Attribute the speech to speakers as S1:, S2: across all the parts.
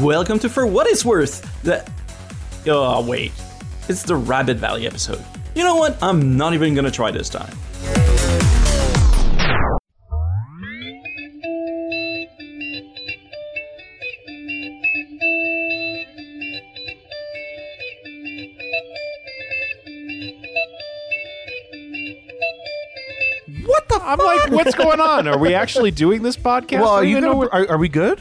S1: Welcome to For What It's Worth, the. Oh, wait. It's the Rabbit Valley episode. You know what? I'm not even gonna try this time.
S2: What the?
S3: I'm like, what's going on? Are we actually doing this podcast?
S2: Well,
S3: I
S2: are
S3: don't
S2: you
S3: even know
S2: gonna,
S3: what-
S2: are, are we good?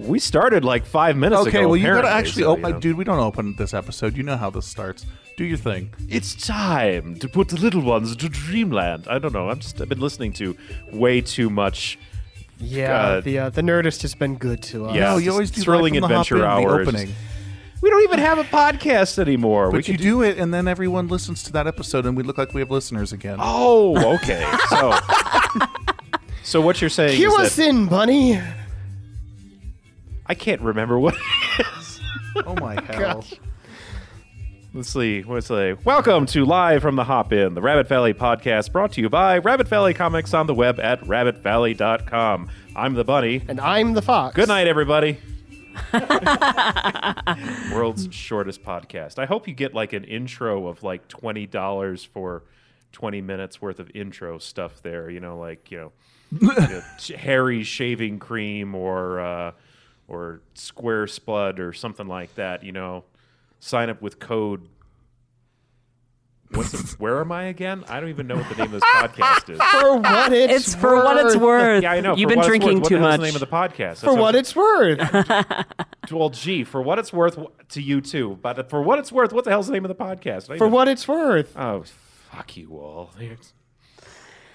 S3: we started like five minutes ago.
S2: Okay, well, you gotta
S3: apparently,
S2: actually
S3: so,
S2: open.
S3: you know.
S2: Dude, we don't open this episode. You know how this starts. Do your thing.
S3: It's time to put the little ones to dreamland. I don't know. I'm just. I've been listening to way too much.
S4: Yeah,
S3: Uh,
S4: the uh, the Nerdist has been good to us.
S3: Yeah,
S2: no,
S3: it's
S2: you always do
S3: just thrilling
S2: right from the hop
S3: adventure
S2: in, the
S3: hours.
S2: opening.
S3: We don't even have a podcast anymore. we
S2: But
S3: could
S2: you do, it, and then everyone listens to that episode, and we look like we have listeners again.
S3: Oh, okay. So, so what you're saying
S4: Cue
S3: is
S4: us
S3: that
S4: in, bunny.
S3: I can't remember what.
S2: Oh my hell!
S3: Let's see. What's like? Welcome to live from the Hop In, the Rabbit Valley podcast, brought to you by Rabbit Valley Comics on the web at rabbitvalley.com. I'm the bunny.
S4: And I'm the fox.
S3: Good night, everybody. World's shortest podcast. I hope you get like an intro of like twenty dollars for twenty minutes worth of intro stuff. There, you know, like you know, you know, sh- Harry shaving cream or uh, or square splud or something like that. You know, sign up with code. What's the, where am I again? I don't even know what the name of this podcast is.
S4: For what it's,
S5: It's for what it's
S4: worth.
S5: worth.
S3: Yeah, I know.
S5: You've
S3: for
S5: been
S3: what it's
S5: drinking
S3: worth. what
S5: too
S3: the hell's
S5: much.
S3: The name of the podcast.
S4: For what it's worth.
S3: Well, gee, for what it's worth to you too, but for what it's worth, what the hell's the name of the podcast? I
S4: for
S3: even-
S4: what it's worth.
S3: Oh, fuck you all. There's-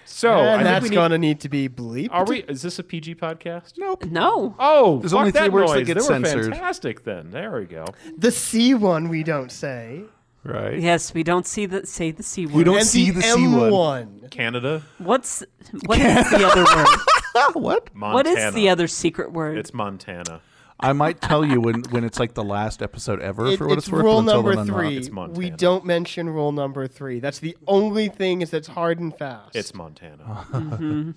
S3: So Oh, I
S4: and
S3: think
S4: that's
S3: we need-
S4: gonna need to be bleeped.
S3: Are we? Is this a PG podcast?
S2: Nope.
S5: no.
S3: Oh,
S2: There's
S3: fuck
S2: only three
S3: that
S2: words that
S3: noise.
S2: get
S3: they
S2: censored.
S3: were fantastic. Then there we go.
S4: The C one we don't say.
S2: Right.
S5: Yes, we don't see the say the c word.
S2: We don't
S4: and
S2: see
S4: the,
S2: the C
S4: M
S2: one.
S3: Canada,
S5: What's what is the other word?
S2: Ah, what?
S3: Montana.
S5: What is the other secret word?
S3: It's Montana.
S2: I might tell you when when it's like the last episode ever
S4: It-
S2: for what
S4: it's
S2: it's, worth.
S4: rule
S2: but until
S4: number
S2: then, I'm not.
S4: three.
S3: It's Montana.
S4: we don't mention rule number three. That's the only thing is that's hard and fast.
S3: It's Montana.
S5: Mm-hmm.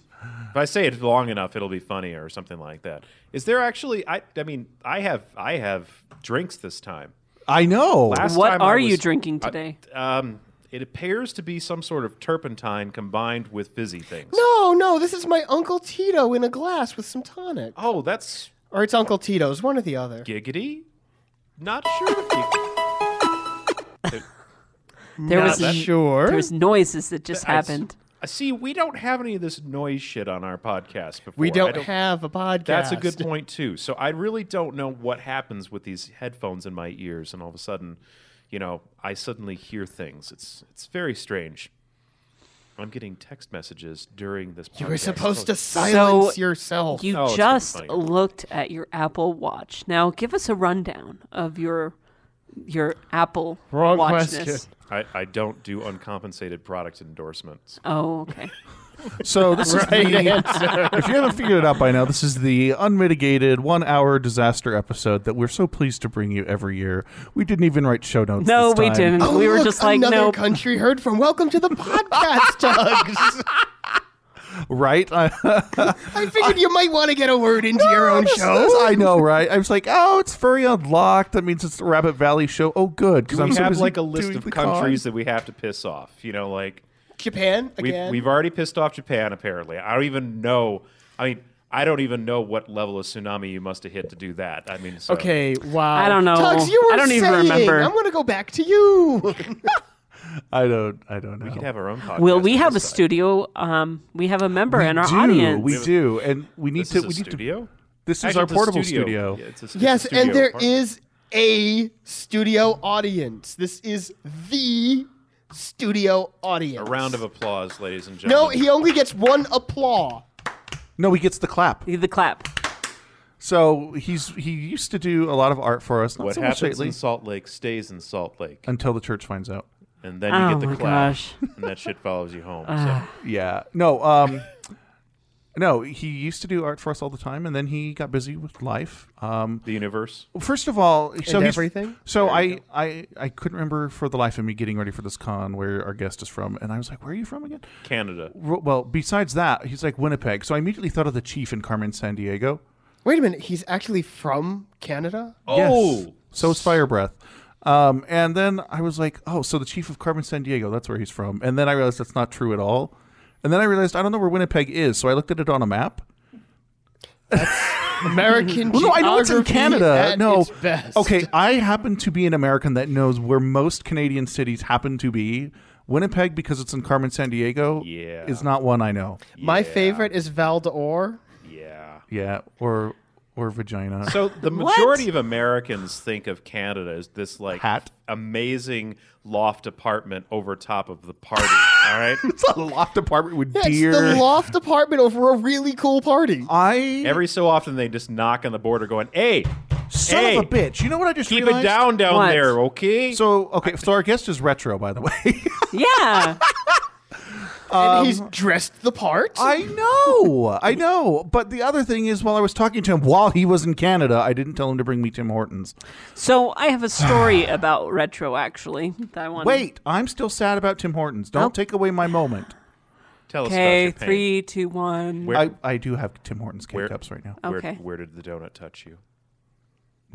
S3: if I say it long enough, it'll be funny or something like that. Is there actually? I, I mean, I have I have drinks this time.
S2: I know.
S3: Last
S5: what
S3: time I
S5: are
S3: was-
S5: you drinking today?
S3: Um, it appears to be some sort of turpentine combined with fizzy things.
S4: no, no. This is my Uncle Tito in a glass with some tonic,
S3: Oh, that's
S4: or it's Uncle Tito's, one or the other.
S3: giggity. Not sure. If you,
S5: there was
S3: that-
S4: sure.
S5: there was noises that just
S3: I s-
S5: happened.
S3: I see, we don't have any of this noise shit on our podcast before.
S4: We
S3: I
S4: don't, have a podcast.
S3: That's a good point too. So I really don't know what happens with these headphones in my ears, and all of a sudden, you know, I suddenly hear things. It's it's very strange. I'm getting text messages during this.
S4: You were
S3: podcast.
S4: supposed to
S3: Oh,
S4: silence yourself.
S5: You
S3: Oh, it's gonna be
S5: just
S3: funny.
S5: looked at your Apple Watch. Now give us a rundown of your your Apple
S4: Wrong
S5: Watchness.
S4: question.
S3: I, I don't do uncompensated product endorsements.
S5: Oh, okay.
S2: So this is the, if you haven't figured it out by now, this is the unmitigated one-hour disaster episode that we're so pleased to bring you every year. We didn't even write show notes.
S5: No,
S2: this
S5: we
S2: time.
S5: didn't.
S4: Oh,
S5: we were
S4: look,
S5: just like,
S4: another
S5: no.
S4: country heard from. Welcome to the podcast, Tugs.
S2: Right?
S4: I figured you might want to get a word into your own
S2: This-
S4: show.
S2: this- I know, right? I was like, oh, it's furry unlocked. That means it's the Rabbit Valley show. Oh, good, because
S3: we
S2: I'm so
S3: have
S2: busy
S3: like a list
S2: doing
S3: of
S2: the
S3: countries
S2: con.
S3: that we have to piss off. You know, like
S4: Japan
S3: we've,
S4: again.
S3: we've already pissed off Japan. Apparently, I don't even know. I mean, I don't even know what level of tsunami you must have hit to do that. I mean, so.
S4: okay, wow.
S5: I don't know.
S4: Tugs, you were
S5: I don't even
S4: saying,
S5: remember.
S4: I'm going to go back to you.
S2: I don't. I don't know.
S3: We could have our own podcast.
S5: Will we have a
S3: this side.
S5: studio? Um, we have a member in our
S2: do,
S5: audience.
S2: We do, and we need
S3: This
S2: to.
S3: is a
S2: we need to.
S3: studio?
S2: This is
S3: Actually,
S2: our
S3: it's a
S2: portable studio.
S3: Yeah, it's a- it's a
S4: yes,
S3: studio
S4: and there
S3: apartment.
S4: is a studio audience. This is the studio
S3: a
S4: audience.
S3: round of applause, ladies and
S4: No,
S3: gentlemen.
S4: he only gets one applause.
S2: No, he gets the clap.
S5: The clap.
S2: So he's he used to do a lot of art for us. Not
S3: what
S2: so much
S3: happens
S2: lately
S3: in Salt Lake stays in Salt Lake,
S2: until the church finds out.
S3: and then you
S5: Oh
S3: get the
S5: my
S3: clap,
S5: gosh.
S3: and that shit follows you home. so.
S2: Yeah. No. Um. no, he used to do art for us all the time, and then he got busy with life. Um.
S3: The universe.
S2: First of all, so he's-
S4: everything?
S2: So I, I I couldn't remember for the life of me getting ready for this con where our guest is from, and I was like, "Where are you from again?"
S3: Canada.
S2: R- Well, besides that, he's like Winnipeg. So I immediately thought of the chief in Carmen San Diego.
S4: Wait a minute. He's actually from Canada.
S2: Yes.
S3: Oh,
S2: So it's Fire Breath. Um, and then I was like, oh, so the chief of Carmen San Diego, that's where he's from. And then I realized that's not true at all. And then I realized I don't know where Winnipeg is, so I looked at it on a map.
S4: American.
S2: Well, no, I know it's in
S4: geography
S2: Canada.
S4: at
S2: No,
S4: its best.
S2: okay, I happen to be an American that knows where most Canadian cities happen to be. Winnipeg, because it's in Carmen San Diego,
S3: Yeah.
S2: is not one I know.
S4: My
S3: Yeah.
S4: favorite is Val d'Or.
S3: yeah.
S2: Yeah, or or vagina.
S3: So the
S5: What?
S3: majority of Americans think of Canada as this like
S2: Hat?
S3: amazing loft apartment over top of the party. all right,
S2: it's a loft apartment with
S4: Yeah,
S2: deer.
S4: it's the loft apartment over a really cool party.
S2: I
S3: every so often they just knock on the border, going, "Hey,
S2: son
S3: hey,
S2: of a bitch. You know what I just
S3: keep it
S2: realized?
S3: down down
S5: What?
S3: there, okay?"
S2: So okay, so our guest is retro, by the way.
S5: Yeah.
S4: and he's dressed the part.
S2: I know, I know. But the other thing is, while I was talking to him while he was in Canada, I didn't tell him to bring me Tim Hortons.
S5: so I have a story about retro, actually. That one.
S2: Wait, I'm still sad about Tim Hortons. Don't take away my moment.
S3: Tell us about
S5: Okay,
S3: your pain.
S5: three, two, one.
S3: Where-
S2: I, I do have Tim Hortons cake
S3: Where-
S2: cups right now.
S3: Where,
S5: Okay.
S3: where did the donut touch you?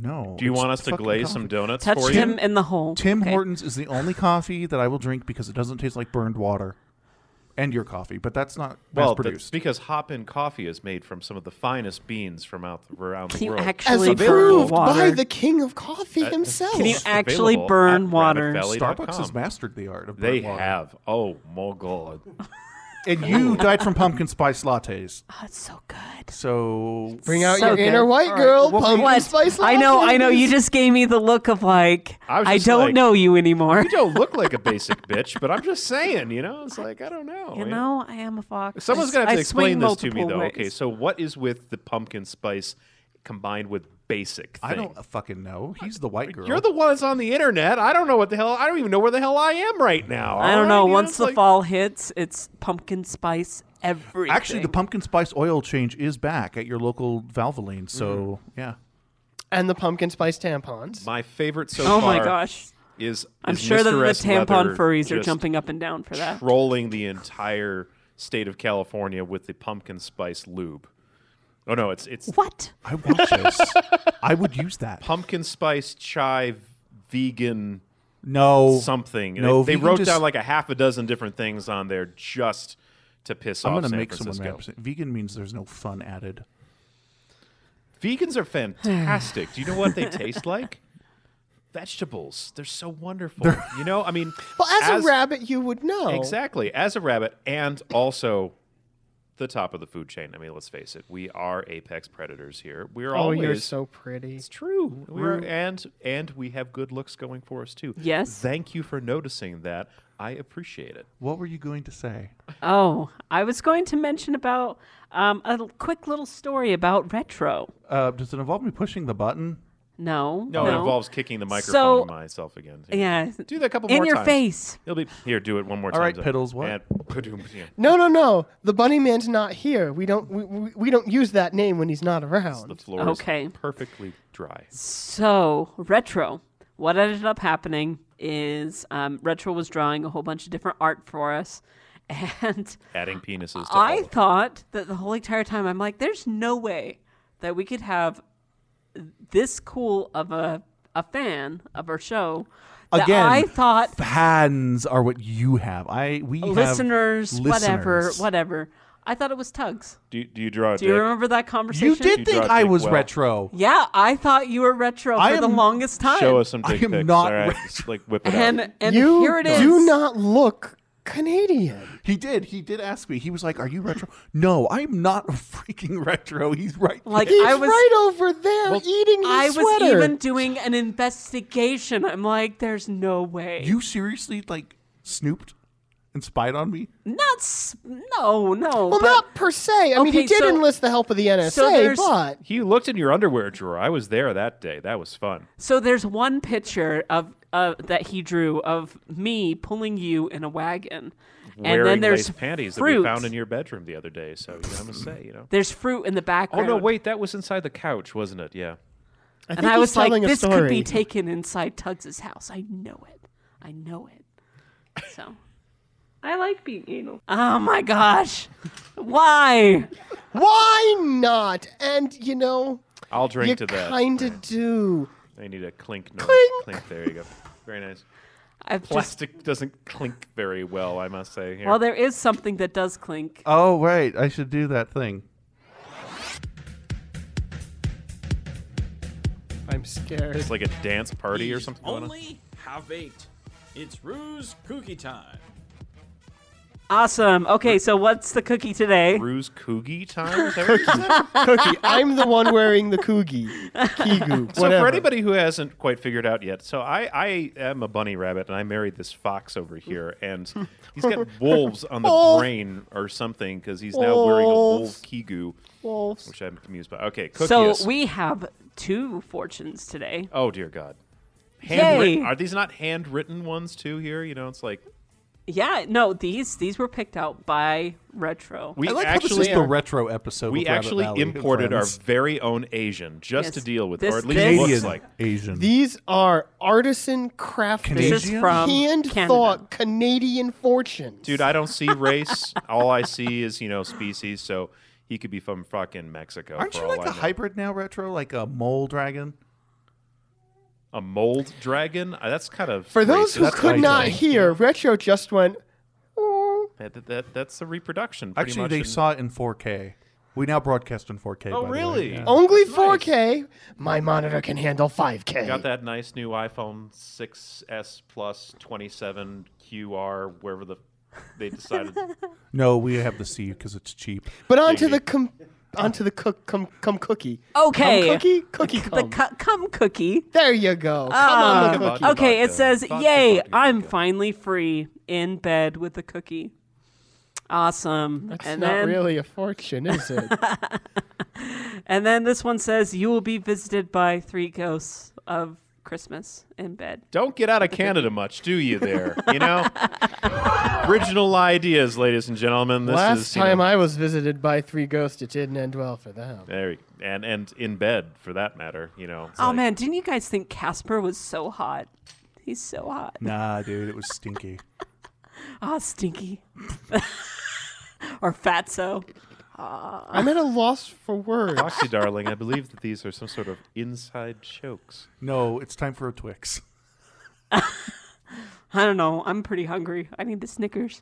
S2: No.
S3: Do you
S2: it's
S3: want us to
S2: fucking
S3: glaze
S2: coffee.
S3: some donuts
S5: Touched
S3: for
S5: him
S3: you?
S5: in the hole.
S2: Tim
S5: Okay.
S2: Hortons is the only coffee that I will drink because it doesn't taste like burned water, and your coffee. But that's not
S3: Well,
S2: mass
S3: that's
S2: produced.
S3: because hop in coffee is made from some of the finest beans from out the, around the
S5: Can you
S3: world.
S4: as
S5: actually burn
S4: approved by
S5: water?
S4: the king of coffee
S3: Uh,
S4: himself.
S5: Uh, Can you
S3: It's
S5: actually
S3: available
S5: burn
S3: at
S5: water?
S3: rabbitvelly.com.
S2: Starbucks has mastered the art of
S3: They
S2: burnt water.
S3: have. Oh my god.
S2: And you died from pumpkin spice lattes.
S5: Oh, it's so good.
S2: So
S4: Bring out
S5: So
S4: your
S5: good.
S4: inner white
S2: All right,
S4: girl,
S2: well,
S4: pumpkin
S5: What?
S4: spice.
S5: I know, I know. You
S4: lattes.
S5: just gave me the look of like
S3: I
S5: I,
S3: was just
S5: don't
S3: like-
S5: know you anymore.
S3: You don't look like a basic bitch, but I'm just saying, you know, it's like I don't know.
S5: You know, I am a fox.
S3: Someone's gonna
S5: I
S3: have to
S5: s- I
S3: explain
S5: swing
S3: this to me
S5: multiple
S3: though.
S5: ways.
S3: Okay, so what is with the pumpkin spice combined with basic thing?
S2: I don't fucking know. He's the white girl.
S3: You're the one that's on the internet. I don't know what the hell I don't even know where the hell I am right now.
S5: I don't
S3: all right?
S5: know.
S3: You
S5: Once
S3: it's
S5: the
S3: like-
S5: fall hits, it's pumpkin spice everything.
S2: actually the pumpkin spice oil change is back at your local Valvoline. So yeah,
S4: and the pumpkin spice tampons.
S3: my favorite so
S5: Oh
S3: far
S5: my gosh!
S3: is
S5: I'm
S3: is
S5: sure that the
S3: Mr. S. Leather
S5: tampon furries are
S3: just
S5: jumping up and down for that.
S3: trolling the entire state of California with the pumpkin spice lube. Oh no, it's it's
S5: What?
S2: I want this. I would use that.
S3: pumpkin spice chai vegan
S2: No,
S3: something.
S2: No,
S3: they,
S2: if
S3: they
S2: you can
S3: wrote
S2: just-
S3: down like a half a dozen different things on there just to piss
S2: I'm
S3: off
S2: gonna
S3: San
S2: make someone mad.
S3: Francisco.
S2: Vegan means there's no fun added.
S3: Vegans are fantastic. Do you know what they taste like? Vegetables. They're so wonderful. you know, I mean,
S4: Well, as, a rabbit, you would know.
S3: exactly as a rabbit, and also the top of the food chain. I mean, let's face it, we are apex predators here. We're
S4: Oh,
S3: always
S4: you're so pretty.
S3: It's true. We're and and we have good looks going for us too.
S5: Yes.
S3: Thank you for noticing that. I appreciate it.
S2: What were you going to say?
S5: Oh, I was going to mention about um, a l- quick little story about retro.
S2: Uh, does it involve me pushing the button?
S5: No,
S3: No, Oh, it involves kicking the microphone
S5: So-
S3: to myself again.
S5: Yeah,
S3: Do that a couple
S5: in
S3: more
S5: your
S3: times.
S5: face.
S3: It'll be here. Do it one more
S2: All
S3: time.
S2: right, Piddles, what?
S3: And, Padoom, yeah.
S4: No, no, no. The bunny man's not here. We don't. We, we, we don't use that name when he's not around.
S3: the floor
S5: Okay.
S3: is perfectly dry.
S5: So, retro. What ended up happening is um, retro was drawing a whole bunch of different art for us, and
S3: Adding penises. To all
S5: I
S3: of it.
S5: thought that the whole entire time I'm like, there's no way that we could have this cool of a a fan of our show. That
S2: Again,
S5: I thought
S2: Fans are what you have. I we have
S5: listeners, whatever,
S2: listeners.
S5: whatever. I thought it was Tugs.
S3: Do, do you draw a
S5: Do
S3: dick?
S5: you remember that conversation?
S2: You did
S3: You
S2: think
S3: draw
S2: I
S3: dick
S2: was
S3: well.
S2: retro.
S5: Yeah, I thought you were retro
S2: I
S5: for the
S2: am-
S5: longest time.
S3: Show us some
S2: I
S3: dick
S2: am
S3: pics.
S2: not
S3: all right,
S2: retro.
S3: just like whip it out.
S5: And and
S4: you
S5: here it is.
S4: do not look Canadian.
S2: He did. He did ask me. He was like, "Are you retro?" no, I'm not freaking retro. He's right.
S5: like
S4: He's
S5: I was
S4: right over there eating his
S5: I was
S4: sweater.
S5: even doing an investigation. I'm like, there's no way.
S2: You seriously like snooped and spied on me?
S5: not s- no no.
S4: well,
S5: but-
S4: not per se. I mean, he
S5: Okay,
S4: did
S5: so-
S4: enlist the help of the NSA,
S5: so there's-
S4: but
S3: You looked in your underwear drawer. I was there that day. That was fun.
S5: so there's one picture of uh, that he drew of me pulling you in a wagon,
S3: Wearing
S5: and then there's
S3: lace panties
S5: fruit.
S3: that we found in your bedroom the other day. So you know, I'm gonna say, you know.
S5: There's fruit in the
S3: Oh
S5: background.
S3: no, wait, that was inside the couch, wasn't it? Yeah.
S4: I
S5: And
S4: think
S5: I
S4: he's
S5: was like,
S4: telling a
S5: this could
S4: story.
S5: be taken inside Tugs's house. I know it. I know it. So
S6: I like being anal.
S5: Oh my gosh. Why?
S4: Why not? And you know,
S3: I'll drink
S4: you
S3: to that.
S4: kind of do.
S3: I need a clink noise.
S4: Clink.
S3: Clink. There you go. Very nice.
S5: I've just
S3: Plastic doesn't clink very well, I must say. Here.
S5: well, there is something that does clink.
S2: Oh, right. I should do that thing.
S4: I'm scared.
S3: it's like a dance party or something going on.
S1: Only half baked. It's Ruse Cookie Time.
S5: Awesome. Okay, so what's the cookie today?
S3: Ruse Coogie time? Is that what you said?
S4: Cookie, I'm the one wearing the koogie. Kigu.
S3: so for anybody who hasn't quite figured out yet, so I, I am a bunny rabbit and I married this fox over here and he's got wolves on the
S2: Oh.
S4: Wolf.
S3: brain or something because he's now wearing a wolf
S4: Wolves.
S3: kigu,
S4: Wolves.
S3: which I'm confused by. Okay,
S5: So
S3: cookies.
S5: we have two fortunes today.
S3: Oh dear God.
S5: Yay.
S3: Handwritten. Are these not handwritten ones too? Here, you know, it's like
S5: Yeah, no, these these were picked out by Retro.
S3: we
S2: I like how
S3: actually
S2: this is the
S3: are-
S2: retro episode.
S3: we
S2: with Rabbit
S3: actually
S2: Valley and
S3: imported our
S2: Friends.
S3: very own Asian just
S5: Yes.
S3: to deal with,
S5: This-
S3: or at least
S5: this-
S3: looks
S2: Canadian
S3: like.
S2: Asian.
S4: These are artisan craft
S5: this is
S2: Asian?
S5: from
S4: hand
S5: Canada.
S4: thought Canadian fortunes.
S3: Dude, I don't see race. all I see is you know species. So he could be from fucking Mexico.
S2: Aren't
S3: for
S2: you
S3: all
S2: like
S3: I
S2: a
S3: know.
S2: hybrid now, retro? Like a mole dragon?
S3: A mold dragon? Uh, That's kind of
S4: for those who
S3: racist.
S2: what I
S4: could not
S2: think.
S4: hear, Retro just went. "Oh."
S3: That, that, that- that's a reproduction. pretty
S2: Actually,
S3: much,
S2: they
S3: and-
S2: saw it in 4K. We now broadcast in 4K.
S3: Oh
S2: by the way.
S3: really?
S2: Yeah.
S4: Only 4K. My monitor can handle 5K.
S3: Got that nice new iPhone 6s Plus 27 QR, wherever the they decided.
S2: No, we have the C because it's cheap.
S4: But onto the com, onto the cook cum cum cookie.
S5: Okay.
S4: Cum cookie cookie
S5: the
S4: cum.
S5: cu- cum cookie.
S4: there you go. Come on, the
S3: Ah.
S4: cookie.
S5: Okay, it
S3: Vodka.
S5: says,
S3: Vodka,
S5: "Yay,
S3: vodka,
S5: I'm
S3: vodka."
S5: finally free in bed with a cookie." Awesome.
S4: That's
S5: and
S4: not
S5: then
S4: really a fortune, is it?
S5: and then this one says, "You will be visited by three ghosts of Christmas in bed."
S3: Don't get out of Canada much, do you? There, you know. Original ideas, ladies and gentlemen. This
S4: Last
S3: is, you know,
S4: time I was visited by three ghosts, it didn't end well for them.
S3: There, you- and and in bed for that matter, you know. it's
S5: oh
S3: like-
S5: man, didn't you guys think Casper was so hot? He's so hot.
S2: Nah, dude, it was stinky.
S5: Ah, stinky. or fatso.
S4: I'm at a loss for words.
S3: Foxy darling, I believe that these are some sort of inside jokes.
S2: No, it's time for a Twix.
S5: I don't know. I'm pretty hungry. I need the Snickers.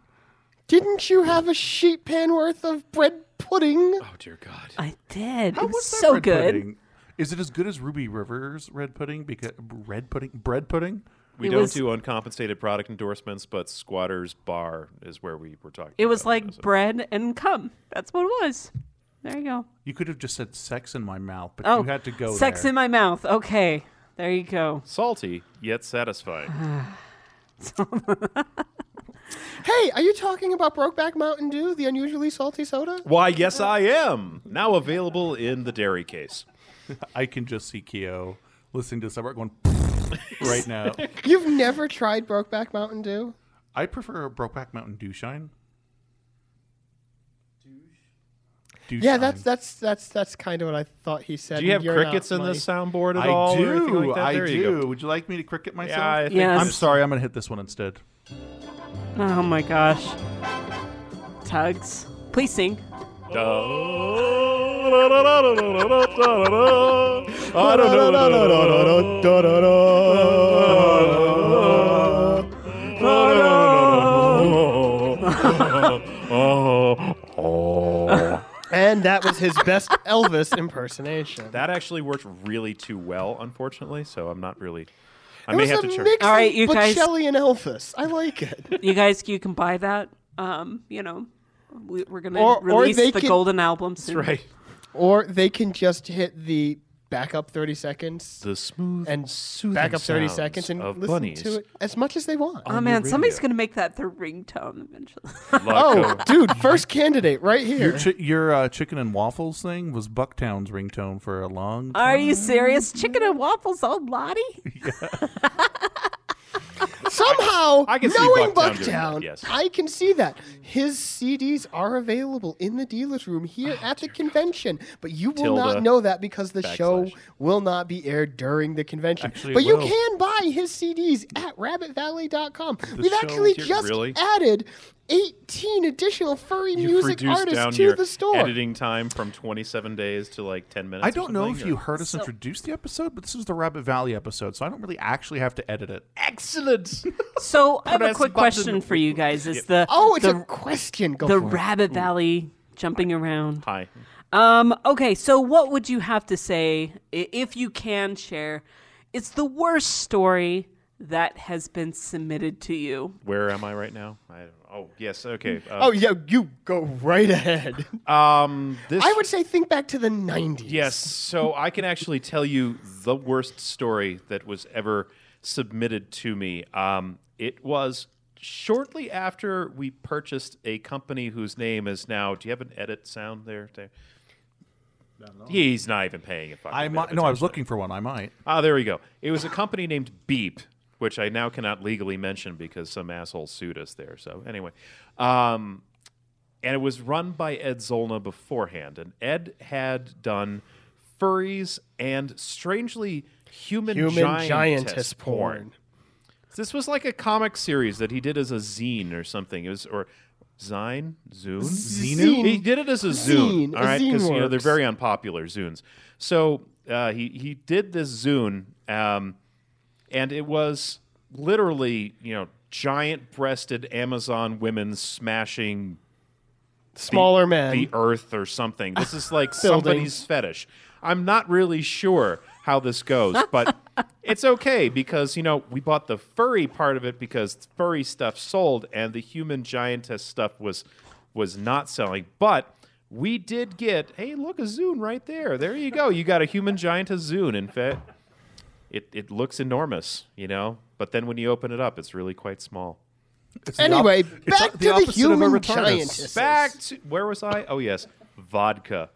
S4: Didn't you have a sheet pan worth of bread pudding?
S3: Oh dear God!
S5: I did.
S2: How
S5: it was,
S2: that
S5: so
S2: red
S5: good.
S2: pudding? Is it as good as Ruby Rivers red pudding? Because red pudding, bread pudding.
S3: We
S5: It
S3: don't
S5: was-
S3: do uncompensated product endorsements, but Squatters Bar is where we were talking.
S5: It was
S3: about
S5: like bread and cum. That's what it was. There you go.
S2: You could have just said "sex in my mouth," but
S5: Oh,
S2: you had to go.
S5: Sex
S2: there.
S5: in my mouth. Okay, there you go.
S3: salty yet satisfying.
S4: Hey, are you talking about Brokeback Mountain Dew, the unusually salty soda?
S3: Why, yes, I am. Now available in the dairy case.
S2: I can just see Keo listening to this. I'm going right now.
S4: You've never tried Brokeback Mountain Dew?
S2: I prefer Brokeback Mountain Dewshine. Douche.
S4: Yeah, that's that's that's that's kind of what I thought he said.
S3: Do you have
S4: and you're
S3: crickets
S4: not
S3: in
S4: my-
S3: this soundboard at
S2: I
S3: all? or anything
S2: do.
S3: like that?
S2: I
S3: There you
S2: do.
S3: go.
S2: Would you like me to cricket myself?
S3: Yeah, I think
S5: Yes.
S2: I'm sorry. I'm gonna hit this one instead.
S5: Oh my gosh. Tugs, please sing.
S4: And that was his best Elvis impersonation.
S3: That actually worked really too well, unfortunately. So I'm not really. I
S4: it
S3: may
S4: was
S3: have
S4: a
S3: to try.
S4: mix
S5: All right,
S4: of
S5: you guys-
S4: Bocelli and Elvis. I like it.
S5: You guys, you can buy that. Um, you know, we, we're gonna
S4: Or- or
S5: release
S4: they
S5: the
S4: can-
S5: golden album soon.
S3: Right.
S4: Or they can just hit the backup 30 seconds
S3: The smooth
S4: and
S3: soothing
S4: back up 30
S3: sounds
S4: seconds and
S3: of
S4: listen
S3: bunnies.
S4: to it as much as they want.
S5: Oh man, somebody's gonna make that their ringtone eventually.
S4: oh,
S3: uh,
S4: dude, first candidate right here.
S2: Your, chi- your uh, chicken and waffles thing was Bucktown's ringtone for a long time.
S5: Are you serious? Chicken and waffles, old Lottie?
S4: Somehow,
S3: I can see
S4: knowing
S3: Bucktown doing
S4: Bucktown,
S3: that, yes.
S4: I can see that. His CDs are available in the dealer's room here at the convention, but you will
S3: Oh, Tilda.
S4: not know that because the show
S3: Backslash.
S4: will not be aired during the convention.
S2: Actually, it
S4: but you
S2: will.
S4: can buy his CDs at rabbitvalley.com. We've
S2: show-
S4: actually
S3: Dear-
S4: just
S3: really?
S4: added 18 additional furry
S3: You've
S4: music
S3: reduced down
S4: artists
S3: your
S4: to the store.
S3: editing time from 27 days to like 10 minutes.
S2: I
S3: or
S2: don't know
S3: something,
S2: if
S3: or-
S2: you heard us
S5: So-
S2: introduce the episode, but this is the Rabbit Valley episode, so I don't really actually have to edit it.
S3: Excellent.
S5: So I have a
S3: Press
S5: quick
S3: button.
S5: question for you guys. Is the
S4: Oh, it's
S5: the,
S4: a question. Go
S5: the
S4: for it.
S5: Rabbit Valley jumping around?
S3: Hi.
S5: Um, okay, so what would you have to say i- if you can share? It's the worst story that has been submitted to you.
S3: Where am I right now? I don't Oh, yes. Okay. Uh,
S4: Oh yeah, you go right ahead.
S3: Um, this
S4: I would say think back to the '90s.
S3: Yes, so I can actually tell you the worst story that was ever submitted to me. Um, it was shortly after we purchased a company whose name is now. Do you have an edit sound there? Dave? He's not even paying a fucking.
S2: I
S3: bit
S2: might.
S3: of
S2: No, I was
S3: attention.
S2: looking for one. I might.
S3: Ah, there we go. It was a company named Beep, which I now cannot legally mention because some asshole sued us there. So anyway, um, and it was run by Ed Zolna beforehand, and Ed had done furries and strangely human,
S4: human
S3: giantess,
S4: giantess porn.
S3: porn. This was like a comic series that he did as a zine or something. It was or zine, zune,
S4: Zine.
S3: He did it as a zune,
S4: Zine.
S3: all right,
S4: A zine
S3: because you know they're
S4: works.
S3: very unpopular zunes. So uh, he he did this zune, um, and it was literally you know giant-breasted Amazon women smashing
S4: Smaller men.
S3: the earth or something. This is like
S4: Buildings.
S3: somebody's fetish. I'm not really sure how this goes, but it's okay because, you know, we bought the furry part of it because furry stuff sold and the human giantess stuff was was not selling. But we did get, hey, look, a Zune right there. There you go. You got a human giantess Zune. In fact, it, it looks enormous, you know, but then when you open it up, it's really quite small.
S2: It's the op-
S4: Anyway,
S2: it's
S4: back
S2: the
S4: to the
S2: opposite of a
S4: human
S2: retardus.
S4: giantess.
S3: back to where was I? Oh yes, vodka.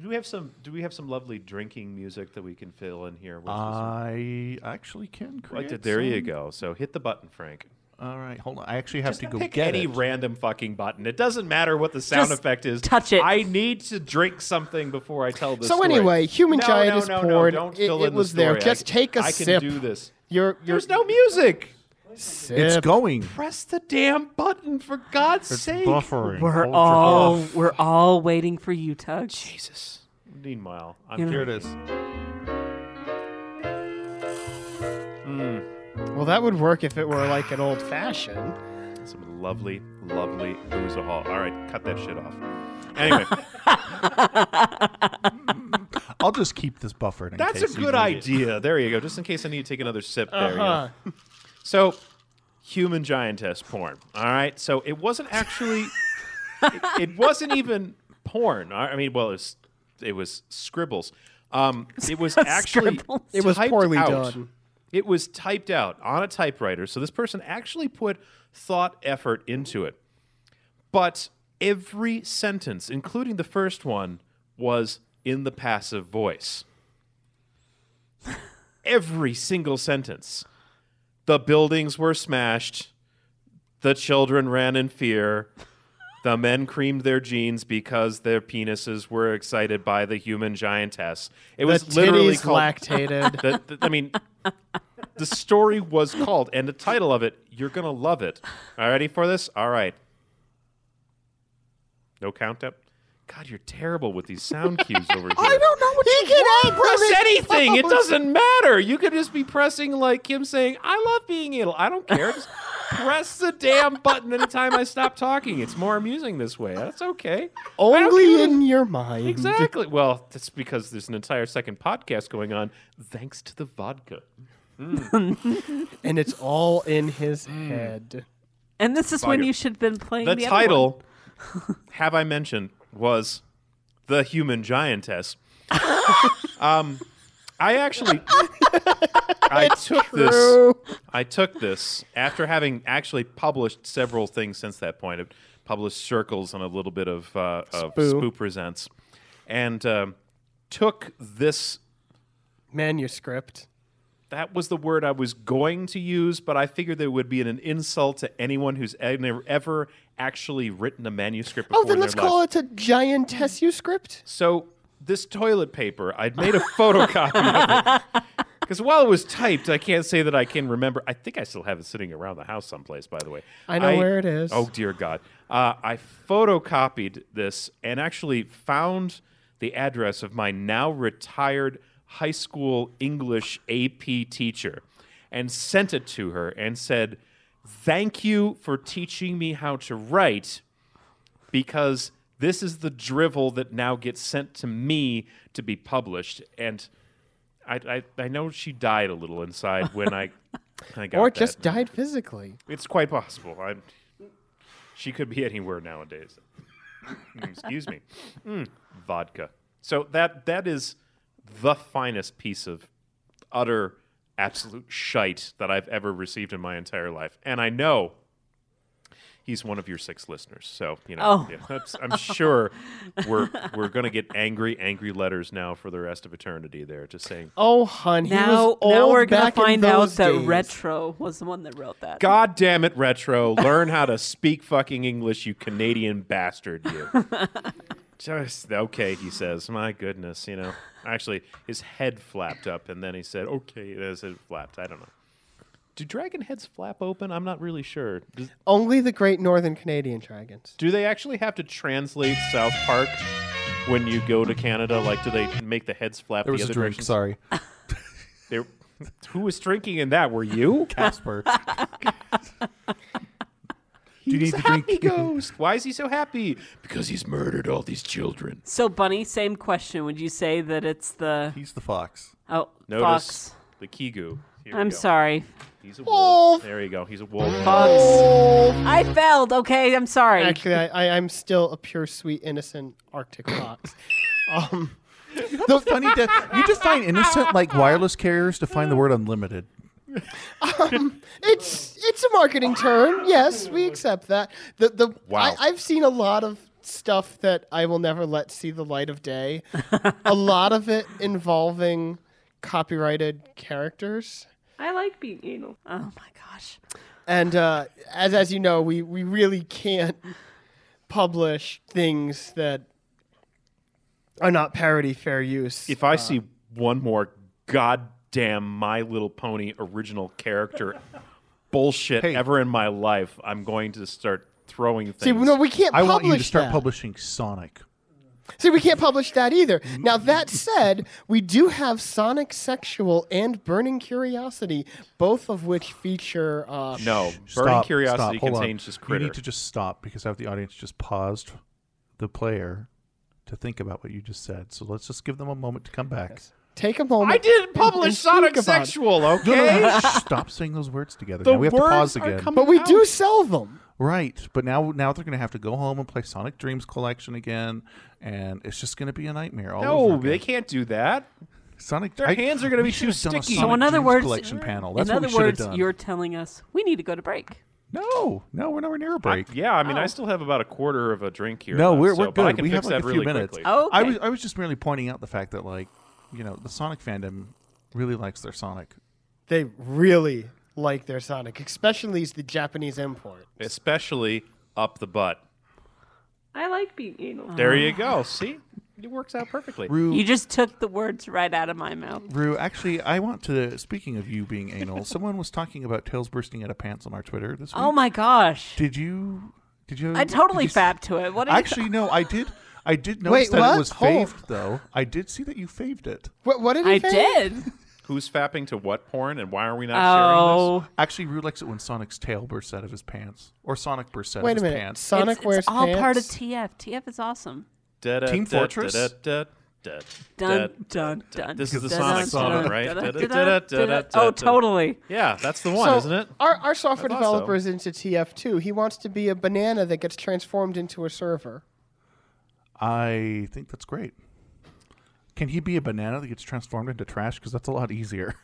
S3: Do we have some? Do we have some lovely drinking music that we can fill in here? Where's
S4: Uh,
S3: this-
S2: I actually can
S3: Right
S2: create.
S3: there, there you
S2: some.
S3: go. So hit the button, Frank.
S2: All right, hold on. I actually have
S3: Just
S2: to go
S3: pick
S2: get
S3: any
S2: it.
S3: random fucking button. It doesn't matter what the sound
S5: Just
S3: effect is.
S5: touch it.
S3: I need to drink something before I tell this.
S4: So
S3: story.
S4: anyway, human
S3: no,
S4: giant
S3: no,
S4: is
S3: no,
S4: porn.
S3: No, don't
S4: It-
S3: fill
S4: it
S3: in the
S4: was there.
S3: story.
S4: Just
S3: I,
S4: take a
S3: I can
S4: sip.
S3: do this.
S4: You're, you're
S3: There's no music.
S2: It's
S3: uh,
S2: going.
S3: Press the damn button for God's sake.
S5: We're all we're all waiting for you, Tug.
S3: Jesus. Meanwhile, I'm
S5: You know-
S2: Here
S3: drinking.
S2: it is.
S4: Well, that would work if it were like an old fashioned.
S3: Some lovely, lovely booze hall. All right, cut that shit off. Anyway,
S2: I'll just keep this buffered. In
S3: that's a
S2: case you need it.
S3: good
S2: Uh-huh.
S3: idea. There you go. Just in case I need to take another sip there. you know. So, human giantess porn. All right. So it wasn't actually. it, it wasn't even porn. I I mean, well, it was, it was scribbles. Um, it was actually.
S5: Scribbles.
S4: It was
S3: typed
S4: poorly
S3: out.
S4: done.
S3: It was typed out on a typewriter. So this person actually put thought effort into it. But every sentence, including the first one, was in the passive voice. every single sentence. The buildings were smashed. The children ran in fear. The men creamed their jeans because their penises were excited by the human giantess. It
S4: The
S3: was literally
S4: titties
S3: called
S4: lactated.
S3: the, the- I mean, the story was called, and the title of it, you're going to love it. All ready for this? All right. No count up? God, you're terrible with these sound cues over here. I
S4: don't know what he you can want
S3: Press
S4: from it.
S3: anything. It doesn't matter. You could just be pressing like Kim saying, I love being ill. I don't care. Just press the damn button anytime I stop talking. It's more amusing this way. That's okay. I don't give
S4: Only
S3: a
S4: in your mind.
S3: Exactly. Well, that's because there's an entire second podcast going on thanks to the vodka.
S4: And it's all in his
S3: Hmm.
S4: head.
S5: And this is when
S3: Bugger.
S5: you should have been playing
S3: The,
S5: the, other one.
S3: title, have I mentioned, was The Human Giantess. um, I actually I took
S4: True.
S3: this I took this after having actually published several things since that point. I've published circles and a little bit of, uh, of
S4: Spoo.
S3: Spoo Presents and um, took this
S4: Manuscript.
S3: that was the word I was going to use, but I figured that it would be an insult to anyone who's en- ever actually written a manuscript before
S4: Oh, then
S3: in
S4: let's
S3: their life.
S4: call it a giant Tessu script.
S3: So this toilet paper, I'd made a photocopy of it. Because while it was typed, I can't say that I can remember. I think I still have it sitting around the house someplace, by the way.
S4: I know where it is.
S3: Oh, dear God. Uh, I photocopied this and actually found the address of my now retired high school English AP teacher and sent it to her and said, Thank you for teaching me how to write because this is the drivel that now gets sent to me to be published. And I, I, I know she died a little inside when I, I got
S4: Or
S3: that.
S4: just died physically.
S3: It's quite possible. I'm. She could be anywhere nowadays. Mm, Excuse me. Mm, vodka. So that that is the finest piece of utter absolute shite that I've ever received in my entire life, and I know he's one of your six listeners. So you know,
S5: Oh.
S3: yeah, that's- I'm sure we're we're gonna get angry, angry letters now for the rest of eternity. There, just saying.
S4: Oh, hun, he
S5: now,
S4: was old
S5: now we're gonna
S4: back in
S5: find out
S4: those
S5: that
S4: days.
S5: Retro was the one that wrote that.
S3: God damn it, retro! Learn how to speak fucking English, you Canadian bastard! You. Just okay, he says. My goodness, you know. Actually, his head flapped up, and then he said, "Okay," as it flapped. I don't know. Do dragon heads flap open? I'm not really sure. Does-
S4: Only the great northern Canadian dragons.
S3: do they actually have to translate South Park when you go to Canada? Like, do they make the heads flap
S2: There
S3: the
S2: was
S3: other
S2: a drink.
S3: direction?
S2: Sorry,
S3: There- Who was drinking in that? Were you?
S2: Casper. Do you need
S3: He's a
S2: to
S3: happy
S2: drink?
S3: ghost. Why is he so happy? Because he's murdered all these children.
S5: So, Bunny, same question. Would you say that it's the
S2: He's the fox.
S5: oh
S3: Notice
S5: Fox?
S3: the Kigu. Here we
S5: I'm
S3: go.
S5: sorry,
S3: He's a wolf.
S4: Wolf.
S3: There you go. He's a wolf.
S5: Fox. I failed. Okay, I'm sorry.
S4: Actually, I, I, I'm still a pure, sweet, innocent Arctic fox. um,
S2: The funny death. You define innocent like wireless carriers define the word unlimited.
S4: It's it's a marketing term. Yes, we accept that. The the
S3: Wow.
S4: I, I've seen a lot of stuff that I will never let see the light of day. a lot of it involving copyrighted characters.
S5: I like being anal. Oh my gosh.
S4: And uh, as as you know, we, we really can't publish things that are not parody fair use.
S3: If I see one more goddamn My Little Pony original character bullshit
S2: Hey.
S3: ever in my life, I'm going to start throwing things.
S4: See, no, we can't.
S2: I
S4: publish
S2: want you to start
S4: that.
S2: publishing Sonic.
S4: See, we can't publish that either. Now, that said, we do have Sonic Sexual and Burning Curiosity, both of which feature. Uh,
S3: No, burning
S2: Stop,
S3: curiosity
S2: stop, hold on.
S3: contains just
S2: You
S3: critter.
S2: need to just stop because I have the audience just paused the player to think about what you just said. So let's just give them a moment to come back.
S4: Take a moment.
S3: I didn't
S4: and-
S3: publish
S4: and think
S3: Sonic
S4: about it.
S3: Sexual,
S2: No, no,
S3: okay?
S2: no, shh, stop saying those words together.
S3: The
S2: now we have to
S3: words
S2: pause
S3: are
S2: again.
S3: coming
S4: But we
S3: out.
S4: do sell them.
S2: right, but now now they're going to have to go home and play Sonic Dreams Collection again, and it's just going to be a nightmare. All
S3: No,
S2: over
S3: they
S2: again.
S3: can't do that.
S2: Sonic.
S3: their hands are gonna
S2: we
S3: be
S2: should
S3: too
S2: have done a
S3: sticky. So
S5: So,
S2: Sonic
S5: in other
S2: Dreams
S5: words,
S2: collection panel. That's
S5: in
S2: what
S5: other
S2: we should have
S5: words,
S2: done.
S5: you're telling us we need to go to break.
S2: No, no, we're nowhere near a break.
S3: Yeah, I mean, I still have about a quarter of a drink here.
S2: No,
S3: left,
S2: we're,
S3: so-
S2: we're
S3: but I
S2: good.
S3: can
S2: We have
S3: fix
S2: like
S3: that
S2: a
S3: really
S2: few minutes.
S3: quickly.
S5: Oh,
S2: I
S5: okay.
S2: was I was just merely pointing out the fact that like you know the Sonic fandom really likes their Sonic.
S4: They really like their Sonic, especially the Japanese import.
S3: Especially up the butt.
S6: I like being anal. Ah.
S3: There you go. See? It works out perfectly.
S2: Rue,
S5: You just took the words right out of my mouth.
S2: Rue, actually, I want to. Speaking of you being anal, someone was talking about tails bursting out of pants on our Twitter this week.
S5: Oh my gosh.
S2: Did you? Did you?
S5: I
S2: did
S5: totally
S2: you s-
S5: fapped to it. What are you
S2: Actually, no, I did. I did notice
S4: Wait,
S2: that
S4: what?
S2: it was
S4: Hold.
S2: faved, though. I did see that you faved it.
S4: What, what did he
S5: I
S4: say?
S5: did.
S3: Who's fapping to what porn and why are we not sharing this?
S5: Oh,
S2: Actually, Rue likes it when Sonic's tail bursts out of his pants, or Sonic bursts out
S4: Wait
S2: of
S4: a
S2: his
S4: minute.
S2: pants.
S4: Sonic
S5: it's, it's
S4: wears
S5: all
S4: pants.
S5: part of TF. TF is awesome.
S3: Da-da,
S2: Team
S3: da-da,
S2: Fortress?
S3: da-da, da-da, da-da,
S5: Dun dun dun.
S3: This is the
S5: dun,
S3: Sonic song,
S5: dun,
S3: right?
S5: dun, dun,
S3: Da-da,
S5: dun,
S3: da-da,
S5: dun,
S3: da-da,
S5: Oh,
S3: da-da.
S5: totally.
S3: Yeah, that's the one,
S4: So,
S3: isn't it?
S4: Our, our software
S3: I thought so.
S4: developer is into TF2. He wants to be a banana that gets transformed into a server.
S2: I think that's great. Can he be a banana that gets transformed into trash? Because that's a lot easier.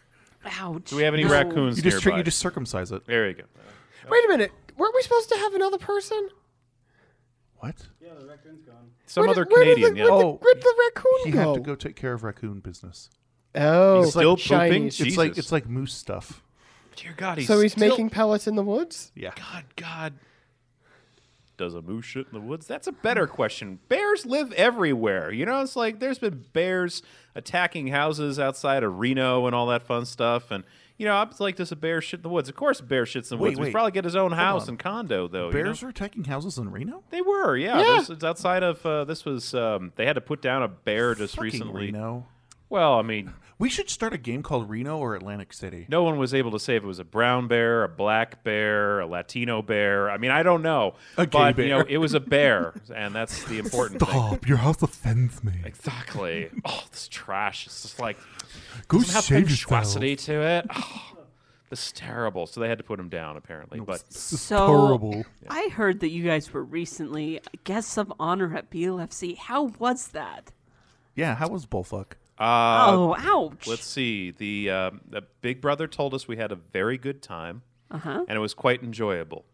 S5: Ouch.
S3: Do we have any
S5: No.
S3: raccoons
S2: You just tr-
S3: nearby?
S2: you just circumcise it.
S3: There you go.
S4: Wait a minute. Weren't we supposed to have another person?
S2: What?
S3: Some
S4: Where
S3: other
S4: did- where did the-
S3: Canadian, yeah.
S4: where did-
S2: Oh,
S4: where'd the raccoon
S2: He
S4: go?
S2: had to go take care of raccoon business.
S4: Oh,
S3: He's still pooping.
S4: shiny.
S3: Jesus.
S2: It's like it's like moose stuff.
S3: Oh, dear God. He's
S4: So he's
S3: still-
S4: making pellets in the woods?
S2: Yeah.
S3: God, God. Does a moose shit in the woods? That's a better question. Bears live everywhere. You know, it's like there's been bears attacking houses outside of Reno and all that fun stuff. And, you know, I was like, does a bear shit in the woods? Of course, a bear shits in the
S2: Wait,
S3: woods.
S2: wait.
S3: He's probably get his own house
S2: on.
S3: and condo, though. you know?
S2: Bears are attacking houses in Reno.
S3: They were, yeah.
S4: Yeah.
S3: This, it's outside of, uh, this was, um, they had to put down a bear just
S2: Fucking
S3: recently.
S2: Reno.
S3: Well, I mean,
S2: We should start a game called Reno or Atlantic City.
S3: no one was able to say if it was a brown bear, a black bear, a Latino bear. I mean, I don't know.
S2: A gay
S3: but, you know,
S2: bear.
S3: it was a bear, and that's the important thing.
S2: Stop! Your house offends me.
S3: Exactly. Oh, this trash. It's just like
S2: Go
S3: doesn't have
S2: shave yourself.
S3: sensuosity to it. Oh, this is terrible. So they had to put him down apparently. But
S5: So
S2: horrible.
S5: I heard that you guys were recently guests of honor at BLFC. How was that?
S2: Yeah, how was Bullfuck?
S3: uh,
S5: oh, ouch.
S3: let's see. The, um, the Big Brother told us we had a very good time, and it was quite enjoyable.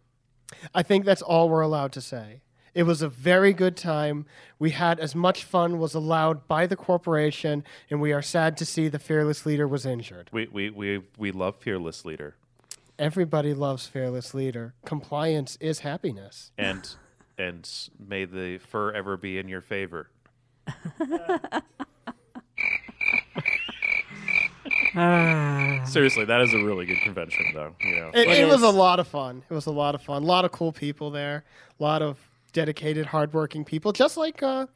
S4: I think that's all we're allowed to say. It was a very good time. We had as much fun was allowed by the corporation, and we are sad to see the fearless leader was injured.
S3: We we we, we love Fearless Leader,
S4: Everybody loves fearless leader. Compliance is happiness.
S3: and and may the fur ever be in your favor. Seriously, that is a really good convention, though. You know,
S4: It,
S3: Like-
S4: it was a lot of fun. It was a lot of fun. A lot of cool people there. A lot of dedicated, hardworking people, just like uh,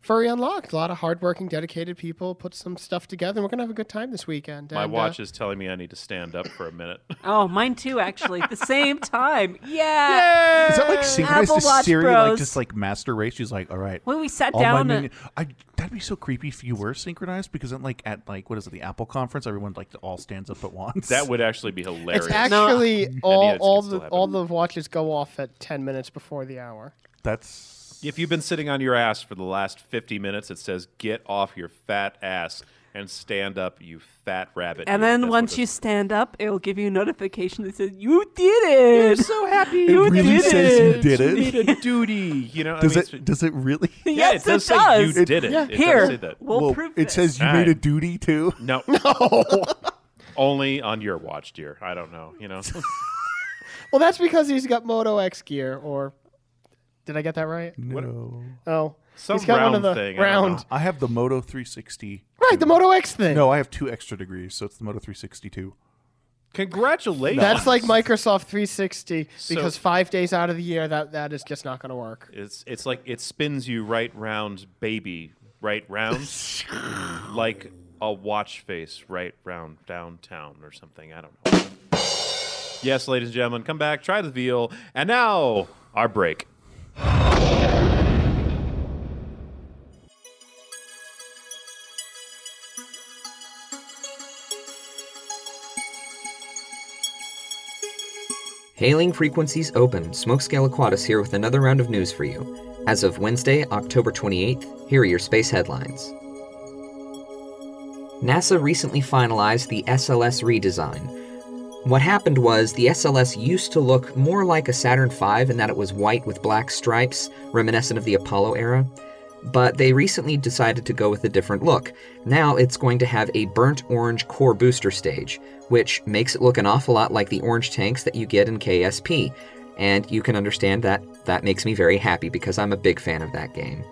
S4: Furry Unlocked. A lot of hardworking, dedicated people put some stuff together. We're gonna have a good time this weekend.
S3: My
S4: and, uh,
S3: watch is telling me I need to stand up for a minute.
S5: oh, mine too, actually. At the same time. Yeah.
S2: Is that like synchronized
S5: Apple
S2: to
S5: Watch
S2: Siri, like
S5: Bros.
S2: just like master race? She's like, all right.
S5: When we sat
S2: all my
S5: down.
S2: minion-
S5: at-
S2: I, that'd be so creepy if you were synchronized because then, like at like what is it, the Apple conference? Everyone like all stands up at once.
S3: That would actually be hilarious.
S4: It's actually all
S3: yeah, it
S4: all
S3: could
S4: the
S3: still happen.
S4: all the watches go off at ten minutes before the hour.
S2: that's
S3: if you've been sitting on your ass for the last 50 minutes, it says, get off your fat ass and stand up, you fat rabbit.
S5: and
S3: You.
S5: then
S3: That's what
S5: once
S3: it-
S5: you stand up, it'll give you a notification that says, You did it.
S3: so happy
S5: You
S2: really
S5: did
S2: says
S5: it.
S2: you did it.
S3: did a duty. You know,
S2: does
S3: I mean, it's-
S2: it? Does it really?
S3: yeah,
S5: yes,
S3: it does say
S5: does.
S3: you did it. it
S5: Here,
S3: does say that.
S5: we'll, prove
S2: it
S5: this.
S2: says you
S3: All
S2: made a
S3: right.
S2: duty too.
S3: No, no. Only on your watch, dear. I don't know. You know,
S4: Well, that's because he's got Moto X gear, or did I get that right?
S2: No,
S4: Oh,
S3: Some
S4: he's got one
S3: round
S4: of the
S3: thing, I don't
S4: round.
S3: know.
S2: I have the Moto 360.
S4: Right, the Moto X thing.
S2: No, I have two extra degrees, so it's the Moto 362.
S3: congratulations.
S4: That's like Microsoft 360
S3: So-
S4: because five days out of the year, that, that is just not going to work.
S3: It's it's like it spins you right round, baby, right round, like a watch face right round downtown or something. I don't know. Yes, ladies and gentlemen, come back, try the veal, and now our break.
S7: Hailing frequencies open. Smokescale Aquatus here with another round of news for you. As of Wednesday, October 28th, here are your space headlines. NASA recently finalized the SLS redesign. What happened was the SLS used to look more like a Saturn V in that it was white with black stripes, reminiscent of the Apollo era. But they recently decided to go with a different look. Now it's going to have a burnt orange core booster stage, which makes it look an awful lot like the orange tanks that you get in KSP. And you can understand that that makes me very happy because I'm a big fan of that game.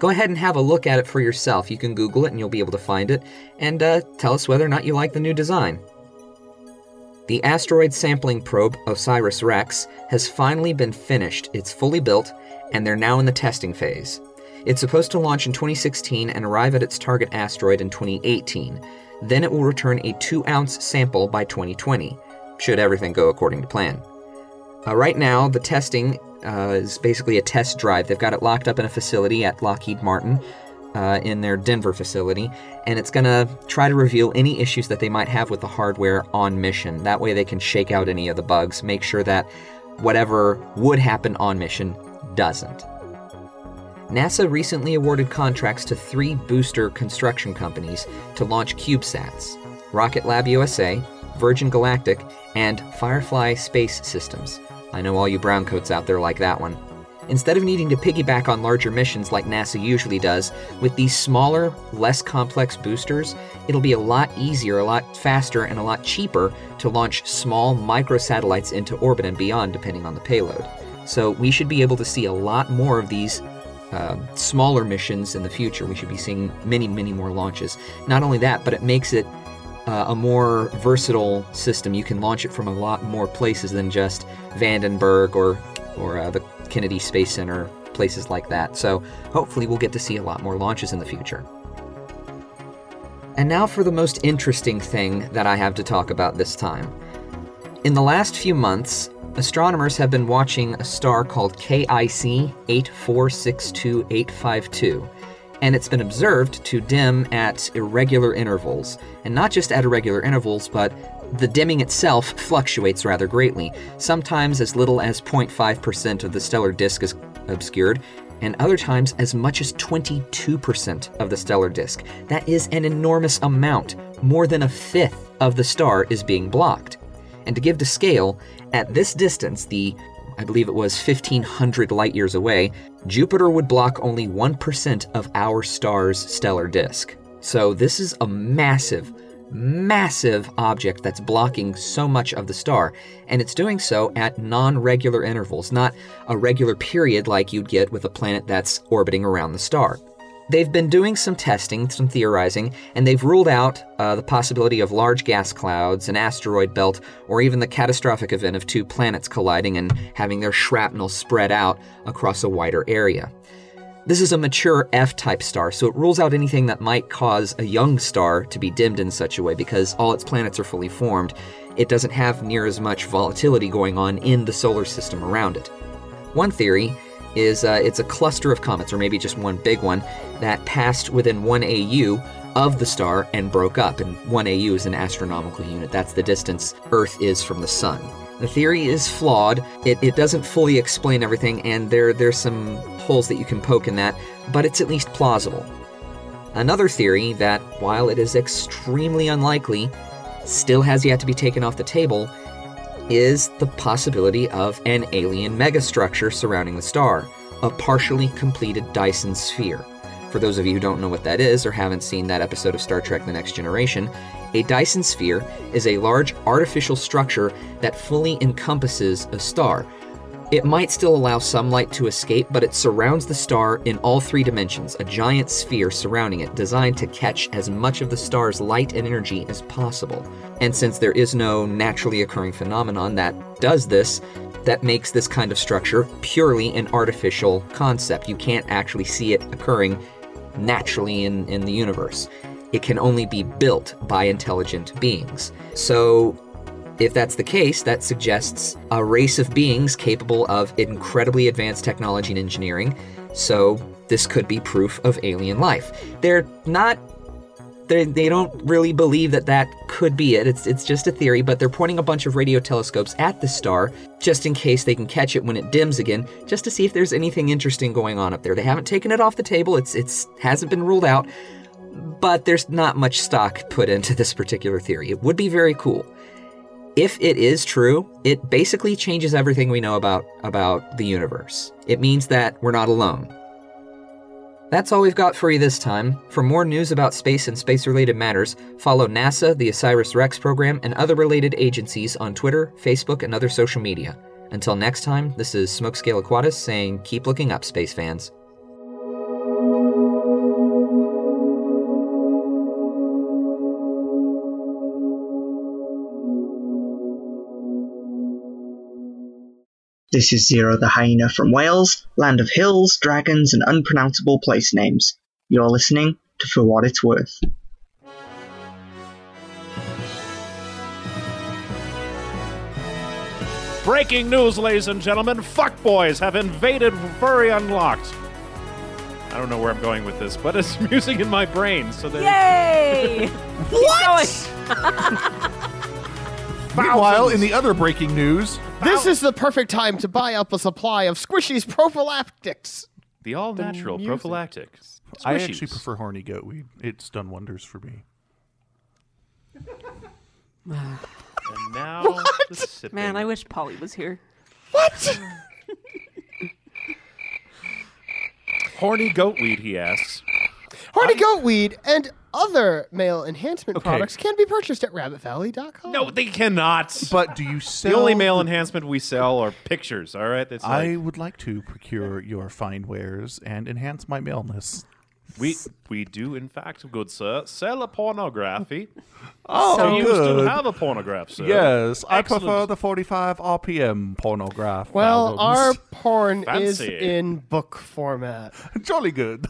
S7: Go ahead and have a look at it for yourself. You can Google it and you'll be able to find it, and uh, tell us whether or not you like the new design. The asteroid sampling probe OSIRIS REx has finally been finished. It's fully built, and they're now in the testing phase. It's supposed to launch in 2016 and arrive at its target asteroid in 2018. Then it will return a 2 ounce sample by 2020, should everything go according to plan. Uh, right now, the testing uh, is basically a test drive. They've got it locked up in a facility at Lockheed Martin uh, in their Denver facility, and it's going to try to reveal any issues that they might have with the hardware on mission. That way, they can shake out any of the bugs, make sure that whatever would happen on mission doesn't. NASA recently awarded contracts to three booster construction companies to launch CubeSats Rocket Lab USA, Virgin Galactic, and Firefly Space Systems. I know all you browncoats out there like that one. Instead of needing to piggyback on larger missions like NASA usually does, with these smaller, less complex boosters, it'll be a lot easier, a lot faster, and a lot cheaper to launch small microsatellites into orbit and beyond, depending on the payload. So we should be able to see a lot more of these uh, smaller missions in the future. We should be seeing many, many more launches. Not only that, but it makes it uh, a more versatile system. You can launch it from a lot more places than just Vandenberg or or uh, the Kennedy Space Center, places like that. So hopefully, we'll get to see a lot more launches in the future. And now for the most interesting thing that I have to talk about this time. In the last few months, astronomers have been watching a star called KIC 8462852, and it's been observed to dim at irregular intervals. And not just at irregular intervals, but the dimming itself fluctuates rather greatly. Sometimes as little as 0.5% of the stellar disk is obscured, and other times as much as 22% of the stellar disk. That is an enormous amount. More than a fifth of the star is being blocked. And to give to scale, at this distance, the I believe it was 1500 light years away, Jupiter would block only 1% of our star's stellar disk. So this is a massive, massive object that's blocking so much of the star, and it's doing so at non regular intervals, not a regular period like you'd get with a planet that's orbiting around the star. They've been doing some testing, some theorizing, and they've ruled out uh, the possibility of large gas clouds, an asteroid belt, or even the catastrophic event of two planets colliding and having their shrapnel spread out across a wider area. This is a mature F type star, so it rules out anything that might cause a young star to be dimmed in such a way because all its planets are fully formed. It doesn't have near as much volatility going on in the solar system around it. One theory is uh, it's a cluster of comets, or maybe just one big one, that passed within 1 AU of the star and broke up. And 1 AU is an astronomical unit, that's the distance Earth is from the Sun. The theory is flawed. It, it doesn't fully explain everything, and there there's some holes that you can poke in that, but it's at least plausible. Another theory that, while it is extremely unlikely, still has yet to be taken off the table, is the possibility of an alien megastructure surrounding the star, a partially completed Dyson sphere. For those of you who don't know what that is or haven't seen that episode of Star Trek The Next Generation, a Dyson sphere is a large artificial structure that fully encompasses a star. It might still allow some light to escape, but it surrounds the star in all three dimensions, a giant sphere surrounding it, designed to catch as much of the star's light and energy as possible. And since there is no naturally occurring phenomenon that does this, that makes this kind of structure purely an artificial concept. You can't actually see it occurring naturally in, in the universe. It can only be built by intelligent beings. So, if that's the case, that suggests a race of beings capable of incredibly advanced technology and engineering. So this could be proof of alien life. They're not. They they don't really believe that that could be it. It's it's just a theory, but they're pointing a bunch of radio telescopes at the star just in case they can catch it when it dims again, just to see if there's anything interesting going on up there. They haven't taken it off the table. It's it's hasn't been ruled out, but there's not much stock put into this particular theory. It would be very cool if it is true, it basically changes everything we know about about the universe. It means that we're not alone. That's all we've got for you this time. For more news about space and space-related matters, follow NASA, the OSIRIS-REx program, and other related agencies on Twitter, Facebook, and other social media. Until next time, this is Smokescale Aquatus saying keep looking up, space fans.
S8: This is Zero the Hyena from Wales, land of hills, dragons, and unpronounceable place names. You're listening to For What It's Worth.
S3: Breaking news, ladies and gentlemen. Fuckboys have invaded Furry Unlocked. I don't know where I'm going with this, but it's music in my brain. So there's
S5: Yay! what?
S2: Meanwhile, in the other breaking news,
S4: This is the perfect time to buy up a supply of Squishy's prophylactics.
S3: the all natural
S4: music.
S3: prophylactic.
S2: I
S3: Squishies.
S2: actually prefer horny goat weed. It's done wonders for me.
S3: And now the sipping.
S5: Man, I wish Polly was here.
S4: What?
S3: horny goatweed? He asks.
S4: Horny goatweed and other male enhancement
S2: Okay.
S4: products can be purchased at rabbitvalley.com.
S3: No, they cannot.
S2: But do you sell?
S3: the only male enhancement we sell are pictures. All right, that's
S2: I
S3: like,
S2: would like to procure your fine wares and enhance my maleness.
S3: we we do in fact, good sir, sell a pornography.
S2: Oh,
S5: So-
S3: We
S5: You
S3: used to have a pornograph, sir.
S2: Yes, I
S3: Excellent.
S2: prefer the 45 RPM pornograph.
S4: Well, our
S2: albums.
S4: porn is
S3: Fancy.
S4: in book format.
S2: jolly good.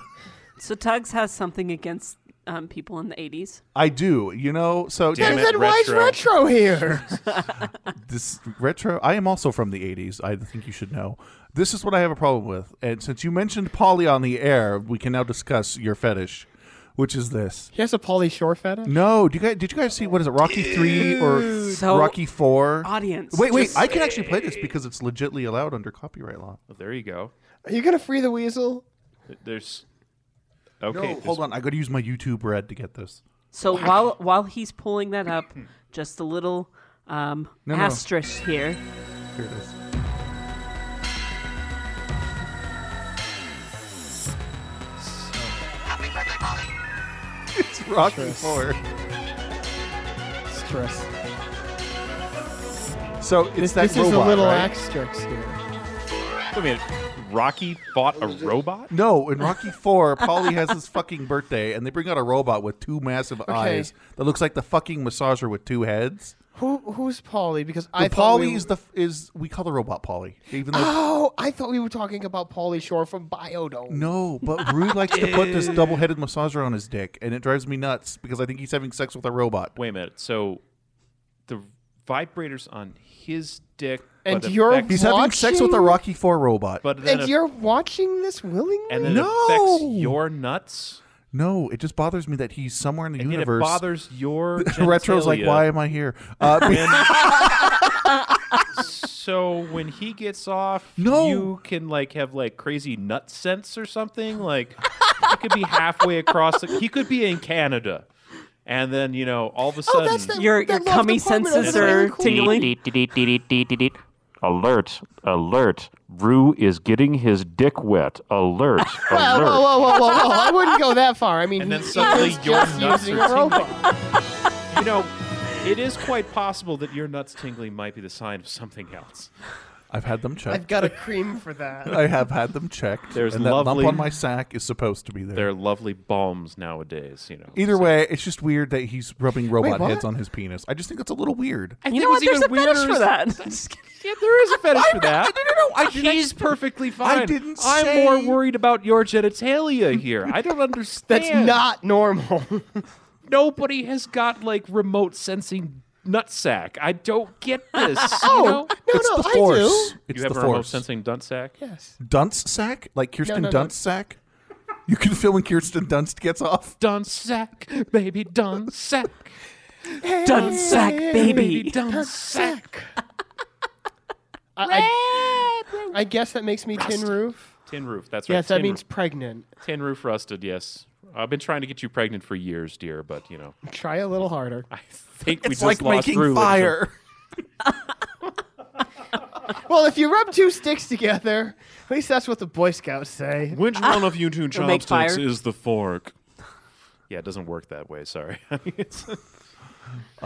S5: So Tugs has something against um, people in the 80s.
S2: I do, you know. So
S3: Damn
S4: and
S3: it,
S4: then why is
S3: retro.
S4: retro here?
S2: this retro. I am also from the 80s. I think you should know. This is what I have a problem with. And since you mentioned Polly on the air, we can now discuss your fetish, which is this.
S4: he has a Polly Shore fetish.
S2: No, do you guys, did you guys see what is it? Rocky 3 or
S5: So-
S2: Rocky 4?
S5: Audience.
S2: Wait, wait.
S5: just-
S2: I can actually play this because it's legitly allowed under copyright law.
S3: Well, there you go.
S4: Are you gonna free the weasel?
S3: There's okay.
S2: No, hold on. I got to use my YouTube red to get this.
S5: So while while he's pulling that up,
S3: Hmm.
S5: just a little um,
S2: No, no.
S5: asterisk here.
S2: Here it is. It's Rocky Four.
S4: Stress.
S2: So it's
S4: This,
S2: that
S4: this is a
S2: robot,
S4: little
S2: right?
S4: asterisk here.
S3: I mean, Rocky fought a robot.
S2: No, in Rocky Four, Polly has his fucking birthday, and they bring out a robot with two massive eyes that looks like the fucking massager with two heads.
S4: Who who's Polly? Because
S2: The
S4: I thought
S2: Polly
S4: we,
S2: is the is we call the robot Polly, even though.
S4: Oh, I thought we were talking about Polly Shore from Biodome.
S2: No, but Rude likes to put this double-headed massager on his dick, and it drives me nuts because I think he's having sex with a robot.
S3: Wait a minute. So the vibrators on his dick,
S4: And
S3: but
S4: your-
S3: affects-
S2: He's having sex with a
S4: Watching-
S2: Rocky Four robot.
S3: but then
S4: And
S3: aff-
S4: you're watching this willingly?
S3: and then
S2: No!
S3: it affects your nuts.
S2: No, it just bothers me that he's somewhere in the
S3: And yet it
S2: universe.
S3: bothers your
S2: Retro's like,
S3: genitalia.
S2: why am I here? Uh, be-
S3: So when he gets off,
S2: No.
S3: you can like have like crazy nut sense or something. Like he could be halfway across. The, he could be in Canada, and then you know all of a
S4: oh,
S3: sudden
S4: that's the,
S5: Your,
S4: that
S5: your
S4: loft
S5: cummy
S4: apartment
S5: senses
S4: over there
S5: are
S4: in Cool-
S5: tingling.
S9: Alert, alert. Rue is getting his dick wet. Alert,
S4: Whoa, whoa,
S9: alert.
S4: whoa, whoa, whoa, whoa. I wouldn't go that far. I mean,
S3: And then
S4: he
S3: suddenly
S4: is
S3: your
S4: just
S3: nuts
S4: using
S3: are
S4: a robot.
S3: you know. It is quite possible that your nuts tingling might be the sign of something else.
S2: I've had them
S4: I've
S2: checked.
S4: got a cream for that.
S2: I have had them checked.
S3: There's
S2: and that
S3: lovely-
S2: lump on my sack is supposed to be there.
S3: They're lovely balms nowadays, you know.
S2: Either way, it's just weird that he's rubbing robot
S4: what?
S2: heads on his penis. I just think that's a little weird.
S5: You know what? There's a fetish for that.
S3: Yeah, there is a fetish for that.
S2: no, no, no, I didn't-
S3: He's perfectly fine.
S2: didn't
S3: I'm
S2: say-
S3: more worried about your genitalia here. I don't understand.
S4: That's not normal.
S3: Nobody has got like remote sensing nutsack. I don't get this. you know?
S4: no,
S2: it's
S4: no,
S2: the
S4: I
S2: force.
S4: do.
S2: Oh! It's
S3: you have
S2: the
S3: a
S2: force.
S3: remote sensing nutsack?
S4: Yes.
S2: Dunce sack, like Kirsten
S4: no, no.
S2: Dunst sack. You can feel when Kirsten Dunst gets off.
S3: Dunsack, baby dunsack,
S5: Dun sack,
S3: baby
S5: baby.
S3: dunsack.
S4: I, I, I guess that makes me tin roof.
S3: Tin roof. That's right.
S4: Yes,
S3: tin
S4: that means
S3: roof.
S4: pregnant.
S3: tin roof rusted. Yes, I've been trying to get you pregnant for years, dear, but you know,
S4: Try a little harder.
S3: I think we
S2: It's
S3: just
S2: like
S3: lost
S2: making
S3: Rue.
S2: fire.
S4: Well, if you rub two sticks together, at least that's what the Boy Scouts say.
S3: Which one of you two
S5: make chopsticks fire.
S3: is the fork? Yeah, it doesn't work that way. Sorry. It's-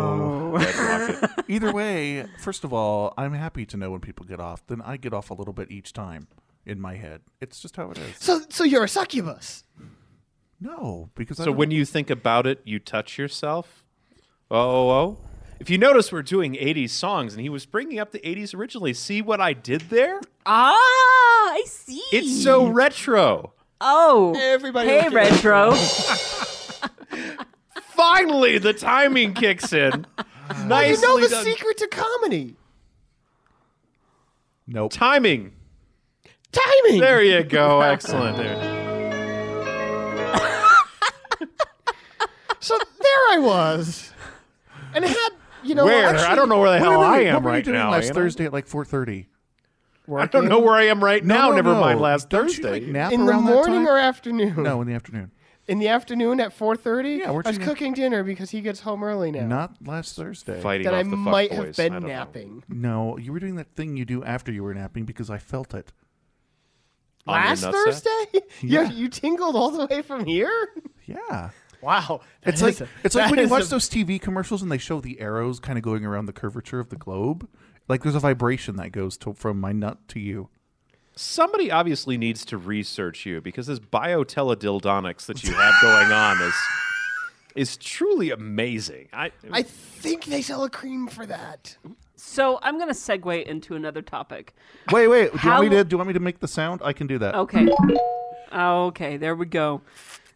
S2: Oh. Either way, first of all, I'm happy to know when people get off. Then I get off a little bit each time in my head. It's just how it is.
S4: So, so you're a succubus.
S2: No, because I
S3: so when you think about it, you touch yourself. Oh, oh, oh. If you notice, we're doing 80s songs, and he was bringing up the 80s originally. See what I did there?
S5: Ah, I see.
S3: It's so retro.
S5: Oh.
S4: Everybody
S5: Hey,
S4: look at-
S5: Retro.
S3: Finally, the timing kicks in. Nicely
S4: You know the
S3: done.
S4: secret to comedy.
S2: nope.
S3: Timing.
S4: Timing.
S3: There you go. Excellent. There.
S4: So there I was, and it had you know
S3: Where?
S4: actually
S3: I don't know where the
S2: Wait,
S3: hell
S2: wait, wait,
S3: I am
S2: what were you
S3: right
S2: doing
S3: now.
S2: Last
S3: you know?
S2: Thursday at like 4:30.
S3: I don't know where I am right
S2: No,
S3: now.
S2: no,
S3: never
S2: no.
S3: mind last
S2: Don't you,
S3: Thursday.
S2: like, nap
S4: in the
S2: around that
S4: morning
S2: time?
S4: or afternoon.
S2: no, in the afternoon.
S4: in the afternoon at four thirty.
S2: Yeah, weren't
S4: I was
S2: you-
S4: cooking dinner because he gets home early now.
S2: Not last Thursday.
S3: Fighting
S4: that I
S3: off the
S4: might have
S3: fuckboys. I
S4: been
S3: don't know.
S4: napping.
S2: No, you were doing that thing you do after you were napping because I felt it.
S3: On your
S4: Last
S3: nutsack?
S4: Thursday?
S2: Yeah.
S4: You, you tingled all the way from here?
S2: Yeah.
S4: Wow. that
S2: It's like
S4: is a-
S2: it's like
S4: that
S2: when you
S4: is
S2: watch
S4: a-
S2: those TV commercials and they show the arrows kind of going around the curvature of the globe. Like there's a vibration that goes to, from my nut to you.
S3: Somebody obviously needs to research you because this bioteledildonics that you have going on is is truly amazing. I,
S4: I think they sell a cream for that.
S5: So I'm going to segue into another topic.
S2: Wait, wait. Do you want me
S5: How-
S2: to do you want me to make the sound? I can do that.
S5: Okay. Okay, there we go.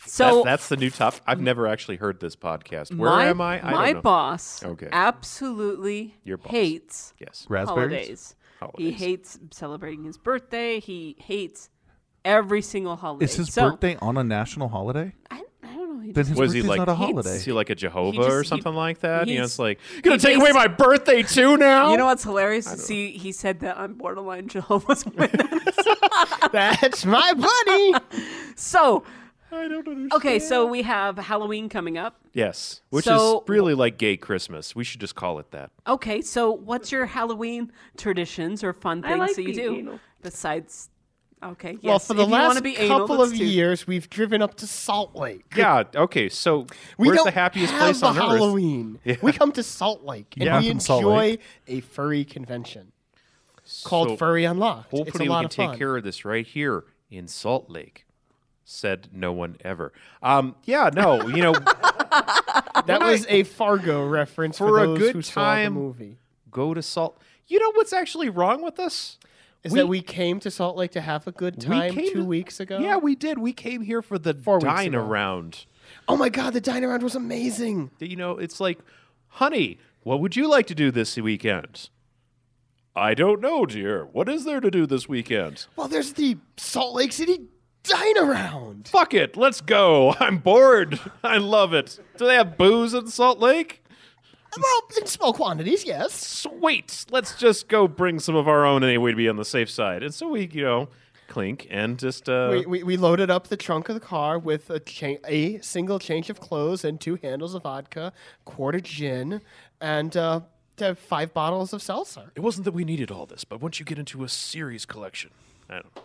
S3: that,
S5: So
S3: that's the new top. I've never actually heard this podcast. Where
S5: my,
S3: am I? I
S5: my
S3: don't know.
S5: boss
S3: Okay.
S5: absolutely
S3: Your boss.
S5: hates
S3: Yes.
S2: Raspberries.
S5: holidays. He
S3: Holidays.
S5: hates celebrating his birthday. He hates every single holiday.
S2: Is his
S5: So,
S2: birthday on a national holiday?
S5: I, I don't know. He
S2: Then
S5: just-
S2: his
S3: Was he,
S2: birthday's
S3: like,
S2: not a
S5: hates-
S2: holiday.
S3: Is he like a Jehovah
S5: just-
S3: or
S5: he-
S3: something like that? You know,
S5: he's-
S3: it's like you're gonna
S5: he
S3: take away
S5: hates-
S3: my birthday too now.
S5: you know what's hilarious to see? He said that I'm borderline Jehovah's Witness.
S4: That's my buddy.
S5: so okay, so we have Halloween coming up.
S3: Yes, which
S5: So-
S3: is really like gay Christmas. We should just call it that.
S5: Okay, so what's your Halloween traditions or fun
S6: I
S5: things
S6: like
S5: that you
S6: being
S5: do
S6: anal.
S5: besides? Okay, yes.
S4: well, for the
S5: if you wanna
S4: last
S5: be anal,
S4: couple
S5: that's
S4: of
S5: two.
S4: years, we've driven up to Salt Lake.
S3: Yeah. Okay. So
S4: We
S3: where's
S4: don't
S3: the happiest
S4: have
S3: place
S4: a
S3: on earth?
S4: Halloween. We come to Salt Lake and
S2: Yeah.
S4: we
S2: Welcome, Salt
S4: enjoy a furry convention called
S3: So
S4: Furry Unlocked. it's a
S3: Hopefully, we
S4: lot
S3: can
S4: of
S3: take
S4: fun.
S3: care of this right here in Salt Lake. Said no one ever. Um, yeah. No. You know,
S4: That was a Fargo reference for,
S3: For a
S4: those
S3: good
S4: who saw the
S3: time-
S4: movie.
S3: go to Salt. You know what's actually wrong with us?
S4: Is that we came to Salt Lake to have a good time
S3: came
S4: two
S3: to-
S4: weeks ago?
S3: Yeah, we did. We came here for the
S4: Four weeks
S3: dine
S4: ago.
S3: around.
S4: Oh my god, the dine around was amazing.
S3: You know, it's like, honey, what would you like to do this weekend? I don't know, dear. What is there to do this weekend?
S4: Well, there's the Salt Lake City dine around.
S3: Fuck it, let's go. I'm bored. I love it. Do they have booze in Salt Lake?
S4: Well, in small quantities, yes.
S3: Sweet. Let's just go bring some of our own anyway to be on the safe side. And so we, you know, clink and just uh
S5: Uh-huh.
S4: We, we, we loaded up the trunk of the car with a, cha- a single change of clothes and two handles of vodka, quarter gin, and uh, to have five bottles of seltzer.
S3: It wasn't that we needed all this, but once you get into a series collection, I don't.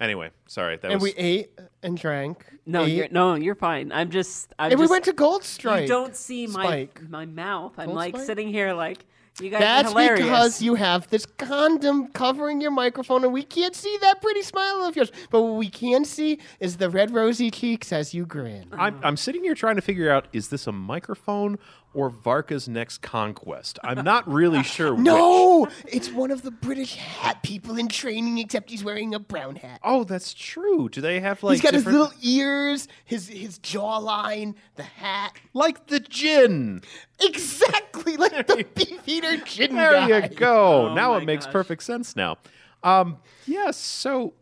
S3: Anyway, sorry. That
S4: And
S3: was
S4: we ate and drank.
S5: No,
S4: ate,
S5: you're, no, you're fine. I'm just. I'm
S4: And we
S5: just-
S4: went to Gold
S5: You
S4: Strike.
S5: don't see my
S4: Spike.
S5: my mouth. I'm
S4: Gold
S5: like
S4: Spike?
S5: sitting here like you guys
S4: That's
S5: are hilarious.
S4: because you have this condom covering your microphone, and we can't see that pretty smile of yours. But what we can see is the red rosy cheeks as you grin.
S3: I'm, I'm sitting here trying to figure out is this a microphone or Varka's next conquest? I'm not really sure. Which.
S4: No, it's one of the British hat people in training, except he's wearing a brown hat.
S3: Oh, that's true. Do they have like
S4: he's got his
S3: different-
S4: little ears, his his jawline, the hat,
S3: like the gin?
S4: exactly like the beefeater chin
S3: There
S4: guy.
S3: you go. now
S5: my
S3: it makes
S5: gosh.
S3: perfect sense. Now, um, yes. so,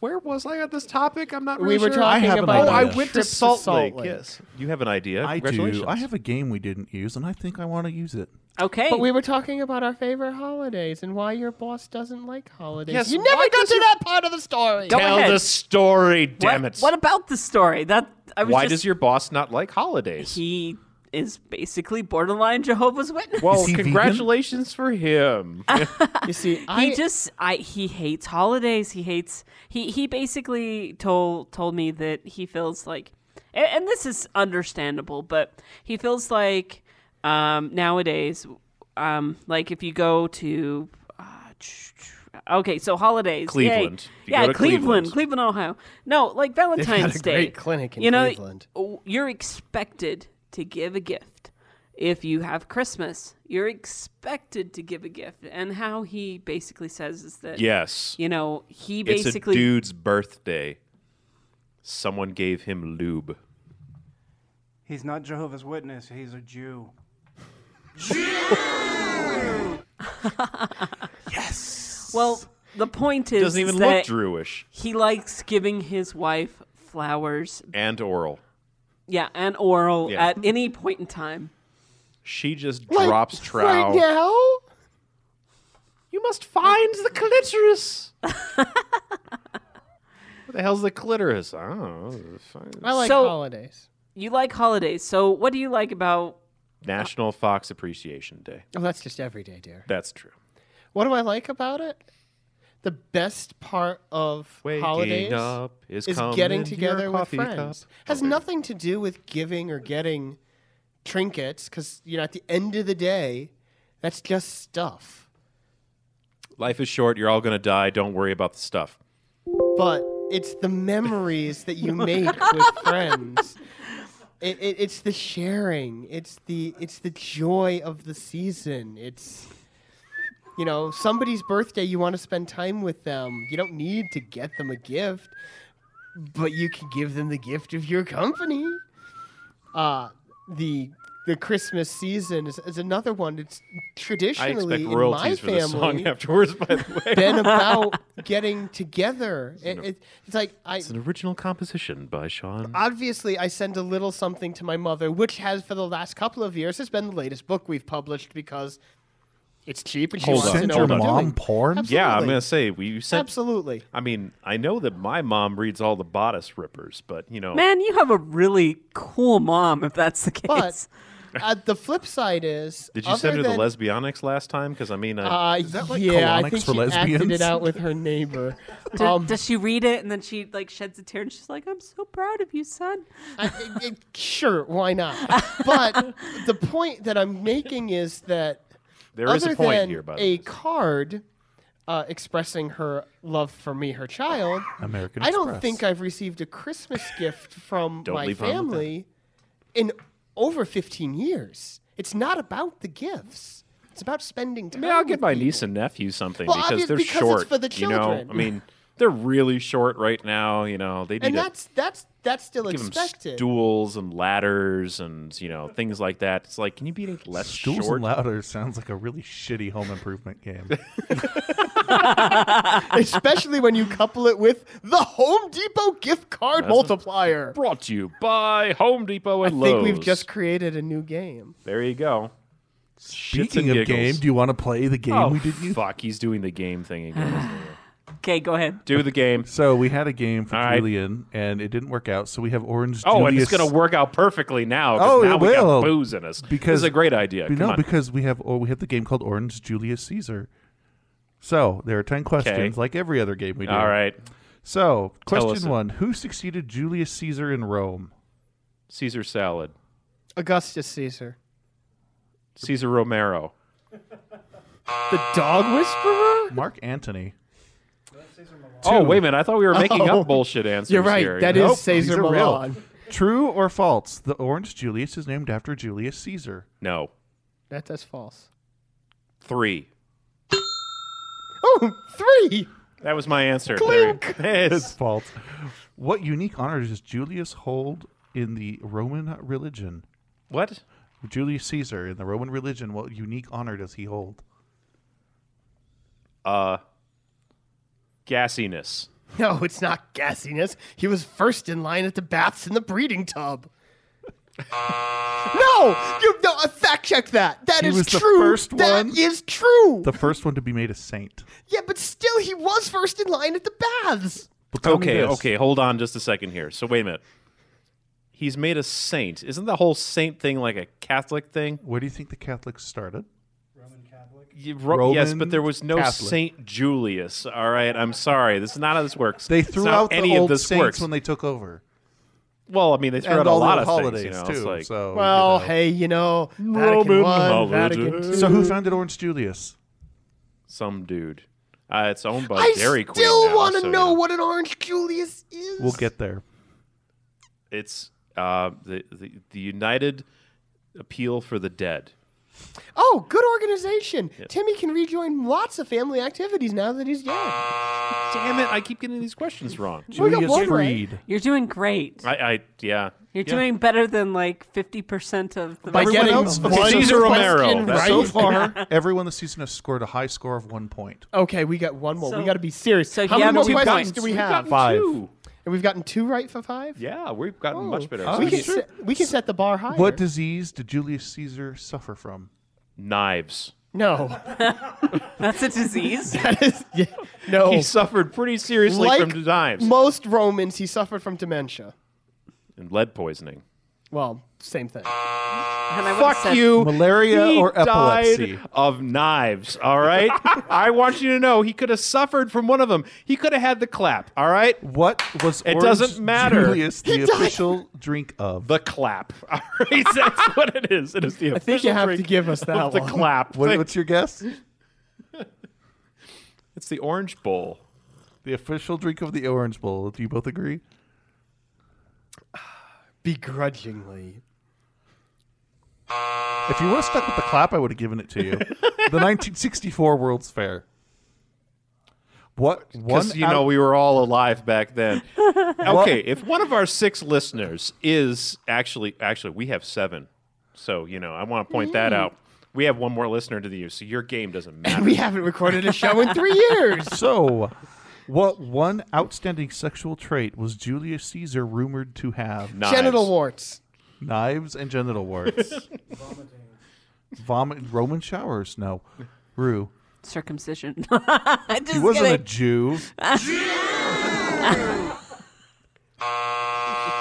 S3: where was I on this topic? I'm not really
S4: We were
S3: sure.
S4: talking
S2: I have an
S4: about.
S3: Oh,
S2: idea.
S3: I
S4: our
S3: went to
S4: trip
S3: Salt, Lake. Yes, you have an idea.
S2: I
S3: Congratulations.
S2: do. I have a game we didn't use, and I think I want to use it.
S5: Okay.
S4: But we were talking about our favorite holidays and why your boss doesn't like holidays.
S3: Yes,
S4: you never
S3: why
S4: got
S3: does
S4: to
S3: your-
S4: that part of the story.
S5: Go
S3: Tell
S5: ahead.
S3: the story,
S5: what,
S3: damn it.
S5: What about the story? That I was
S3: Why
S5: just,
S3: does your boss not like holidays?
S5: he is basically borderline Jehovah's Witness.
S3: well,
S2: Is he vegan?
S3: congratulations for him.
S5: Uh,
S4: You see,
S5: he
S4: I
S5: just I he hates holidays. He hates he he basically told told me that he feels like and, and this is understandable, but he feels like um nowadays um like if you go to uh, ch- ch- okay, so holidays. yay.
S3: Cleveland. If you
S5: Yeah,
S3: go to
S5: Cleveland,
S3: Cleveland.
S5: Cleveland, Ohio. No, like Valentine's
S4: a
S5: Day.
S4: great clinic in
S5: you know,
S4: Cleveland.
S5: w- You're expected to give a gift. If you have Christmas, you're expected to give a gift. And how he basically says is that,
S3: yes.
S5: you know, he
S3: It's a
S5: basically.
S3: dude's birthday. Someone gave him lube.
S10: He's not Jehovah's Witness. He's a Jew.
S5: Well, the point is,
S3: Doesn't even
S5: is
S3: look
S5: that
S3: Drewish.
S5: he likes giving his wife flowers,
S3: And oral.
S5: yeah, and oral
S3: Yeah.
S5: at any point in time.
S3: She just
S4: like,
S3: drops trow.
S4: right now.
S3: You must find the clitoris. what the hell's the clitoris? I don't know. Find-
S4: I like
S5: So-
S4: holidays.
S5: You like holidays, so what do you like about?
S3: National Fox Appreciation Day.
S4: Oh, that's just every day, dear.
S3: That's true.
S4: What do I like about it? the best part of
S3: Waking
S4: holidays
S3: up is
S4: is
S3: coming
S4: getting
S3: to your
S4: together with
S3: coffee cup.
S4: friends. Has nothing to do with giving or getting trinkets because you know at the end of the day, that's just stuff.
S3: Life is short. You're all going to die. Don't worry about the stuff.
S4: but it's the memories that you make with friends. It, it, it's the sharing. It's the it's the joy of the season. It's you know somebody's birthday. You want to spend time with them. You don't need to get them a gift, but you can give them the gift of your company. Uh the the Christmas season is, is another one. It's
S3: I
S4: traditionally
S3: expect
S4: in my
S3: royalties for
S4: family
S3: this song afterwards, by the way.
S4: been about getting together. It,
S3: an-
S4: it, it's like I
S3: It's an original composition by Sean.
S4: obviously I send a little something to my mother, which has for the last couple of years has been the latest book we've published because it's cheap and she
S2: Hold
S4: wants
S2: on.
S4: to know
S2: Send
S4: what
S2: your
S4: I'm
S2: mom
S4: doing.
S2: porn?
S4: Absolutely.
S3: Yeah, I'm going to say, we you sent.
S4: absolutely.
S3: I mean, I know that my mom reads all the bodice rippers, but, you know.
S5: Man, you have a really cool mom if that's the case.
S4: But uh, the flip side is,
S3: Did you
S4: other
S3: send her the
S4: than,
S3: lesbionics last time? Because, I mean, I,
S4: Uh,
S2: that like
S4: yeah, I
S2: colonics
S4: think
S2: for
S4: she acted
S2: lesbians?
S4: it out with her neighbor.
S5: Do-
S4: um,
S5: does she read it and then she like sheds a tear and she's like, "I'm so proud of you, son."
S4: I, I- I- sure, why not? But the point that I'm making is that
S3: there is
S4: other
S3: a point
S4: than
S3: here, by
S4: a
S3: the way.
S4: card uh, expressing her love for me, her child.
S2: American
S4: I don't
S2: Express.
S4: think I've received a Christmas gift from
S3: Don't
S4: my
S3: leave home with that.
S4: family in over 15 years. It's not about the gifts. It's about spending time.
S3: Maybe I'll get
S4: with
S3: my
S4: people.
S3: niece and nephew something
S4: Well,
S3: because
S4: obvious-
S3: they're
S4: because it's
S3: short.
S4: for the
S3: you know,
S4: children.
S3: I mean, they're really short right now. You know, they need
S4: And
S3: to
S4: that's that's that's still
S3: give them
S4: expected.
S3: stools and ladders and you know things like that. It's like, can you be any less
S2: Stools
S3: short?
S2: and Louder sounds like a really shitty home improvement game.
S4: Especially when you couple it with the Home Depot gift card multiplier.
S3: Brought to you by Home Depot
S4: I
S3: and
S4: think we've
S3: Lowe's.
S4: just created a new game.
S3: there you go. Shits
S2: Speaking
S3: and
S2: of
S3: giggles.
S2: game, do you want to play the game
S3: oh,
S2: we did you?
S3: fuck, he's doing the game thing again.
S5: Okay, go ahead.
S3: do the game.
S2: So we had a game for
S3: All right.
S2: Julian, and it didn't work out. So we have Orange
S3: Oh,
S2: Julius.
S3: and it's going to work out perfectly now. 'cause
S2: Oh,
S3: now
S2: it
S3: we
S2: will.
S3: got booze in us.
S2: Because-
S3: this is a great idea.
S2: We-
S3: Come
S2: no,
S3: on.
S2: because we have or we have the game called Orange Julius Caesar. So there are ten questions, like every other game we do.
S3: All right,
S2: So
S3: Tell us
S2: question
S3: it.
S2: one: Who succeeded Julius Caesar in Rome?
S3: Caesar salad,
S4: Augustus Caesar.
S3: Caesar Romero.
S4: The dog whisperer?
S2: Mark Antony.
S3: Oh, wait a minute. I thought we were making
S4: Oh.
S3: up bullshit answers
S4: You're right.
S3: here.
S4: That is
S3: Nope.
S2: these
S4: Caesar
S2: are real.
S4: Milan.
S2: True or false? The Orange Julius is named after Julius Caesar.
S3: No.
S4: That, that's false.
S3: Three.
S4: Oh, three.
S3: That was my answer.
S4: Clink.
S3: There.
S2: It's
S3: Yes.
S2: false. What unique honor does Julius hold in the Roman religion?
S3: What?
S2: Julius Caesar in the Roman religion, what unique honor does he hold?
S3: Uh, gassiness.
S4: No, it's not gassiness. He was first in line at the baths in the breeding tub. no, you no. uh, Fact check that. That
S2: He
S4: is
S2: was the
S4: true.
S2: first
S4: That
S2: one.
S4: is true.
S2: The first one to be made a saint.
S4: yeah, but still, he was first in line at the baths.
S2: Well, tell me
S3: Okay,
S2: this.
S3: okay. Hold on just a second here. So, wait a minute. He's made a saint. Isn't the whole saint thing like a Catholic thing?
S2: Where do you think the Catholics started?
S3: You- Ro- yes,
S2: Roman
S3: but there was no
S2: Catholic.
S3: Saint Julius. All right, I'm sorry. This is not how this works.
S2: They
S3: It's
S2: threw
S3: not
S2: out
S3: how
S2: the
S3: any
S2: old
S3: of this
S2: saints
S3: works.
S2: when they took over,
S3: well, I mean, they threw
S2: and
S3: out a
S2: all
S3: lot
S2: the
S3: of
S2: holidays
S3: things. You know,
S2: too.
S3: it's like,
S2: so,
S4: Well,
S2: Oh, you know.
S4: hey, you know, Vatican
S3: Roman
S4: One, Vatican
S3: holiday.
S4: Two.
S2: so who founded Orange Julius?
S3: some dude. Uh, it's owned by
S4: I
S3: Dairy Queen.
S4: still
S3: now,
S4: want to
S3: so, you
S4: know what an orange Julius is.
S2: We'll get there.
S3: It's uh, the, the the United Appeal for the Dead.
S4: Oh, good organization. Timmy can rejoin lots of family activities now that he's dead.
S3: Damn it! I keep getting these questions wrong.
S4: We got
S2: Julius
S4: one right.
S2: Freed.
S5: You're doing great.
S3: I, I yeah.
S5: You're
S3: Yeah.
S5: doing better than like fifty percent of the.
S4: By
S5: rest of
S4: getting
S2: else? Okay,
S4: one
S3: Cesar Romero.
S4: question
S3: That's
S4: right.
S2: So far, everyone this season has scored a high score of one point.
S4: Okay, we got one more. we
S5: So-
S4: got to be serious.
S5: so
S4: How many
S5: you have
S4: more
S5: two
S4: questions
S5: points.
S4: do we
S5: We've
S4: have?
S2: Five.
S3: Two.
S4: And we've gotten two right for five.
S3: Yeah, we've gotten much better.
S2: Oh,
S4: we
S3: So
S4: can
S2: sure.
S4: set, we can set the bar higher.
S2: What disease did Julius Caesar suffer from?
S3: Knives.
S4: no?
S5: That's a disease.
S4: That is yeah, no.
S3: He suffered pretty seriously
S4: Oh. like
S3: from the knives
S4: most Romans, he suffered from dementia.
S3: and lead poisoning.
S4: Well, same thing.
S5: And I would've
S3: Fuck
S5: said-
S3: you.
S2: Malaria
S3: He
S2: or epilepsy?
S3: died of knives, all right? I want you to know he could have suffered from one of them. He could have had the clap, all right?
S2: What was
S3: It
S2: Orange
S3: doesn't matter.
S2: Julius the official drink of?
S3: The clap. All right, that's what it is. It is the
S4: I think you have to give us that
S3: the
S4: one.
S3: clap.
S2: What, what's your guess?
S3: It's the orange bowl.
S2: The official drink of the Orange Bowl. Do you both agree?
S4: Begrudgingly.
S2: If you would have stuck with the clap, I would have given it to you. the 1964 World's Fair. What one?
S3: Because you
S2: out-
S3: know we were all alive back then. okay, if one of our six listeners is actually actually we have seven, so you know I want to point that out. We have one more listener to the use, so your game doesn't matter.
S4: We haven't recorded a show in three years.
S2: so, what one outstanding sexual trait was Julius Caesar rumored to have?
S3: Knives.
S4: Genital warts.
S2: Knives and genital warts. Vomit. Roman showers. No. Rue.
S5: circumcision. I'm just
S2: He wasn't a
S5: kidding.
S2: Jew.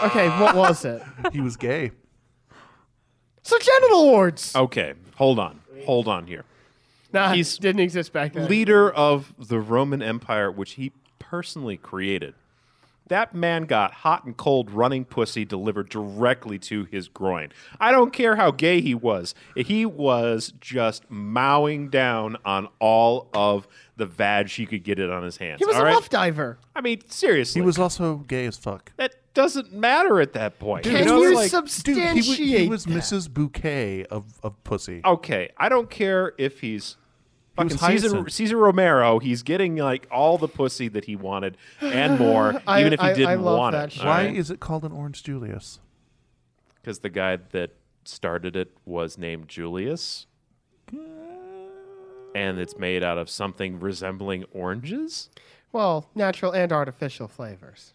S4: Okay, what was it?
S2: He was gay.
S4: So genital warts.
S3: Okay, hold on, hold on here.
S4: nah,
S3: Oh, he's-
S4: didn't exist back then.
S3: Leader of the Roman Empire, which he personally created. That man got hot and cold running pussy delivered directly to his groin. I don't care how gay he was. He was just mowing down on all of the vag he could get it on his hands.
S4: he was
S3: all
S4: a
S3: right?
S4: rough diver.
S3: I mean, seriously.
S2: He was also gay as fuck.
S3: that doesn't matter at that point.
S4: Can
S3: you know,
S4: you
S2: Dude,
S3: like,
S2: he,
S4: substantiate?
S2: was, he was
S4: that?
S2: Mrs. Bouquet of, of pussy.
S3: okay, I don't care if he's
S2: was
S3: fucking Caesar,
S2: Hyacinth.
S3: Caesar Romero. He's getting like all the pussy that he wanted and more,
S4: I-
S3: even if he
S4: I- I
S3: didn't
S4: love
S3: want
S4: that
S3: it.
S4: shit.
S2: Why is it called an Orange Julius?
S3: Because the guy that started it was named Julius, and it's made out of something resembling oranges.
S4: Well, natural and artificial flavors.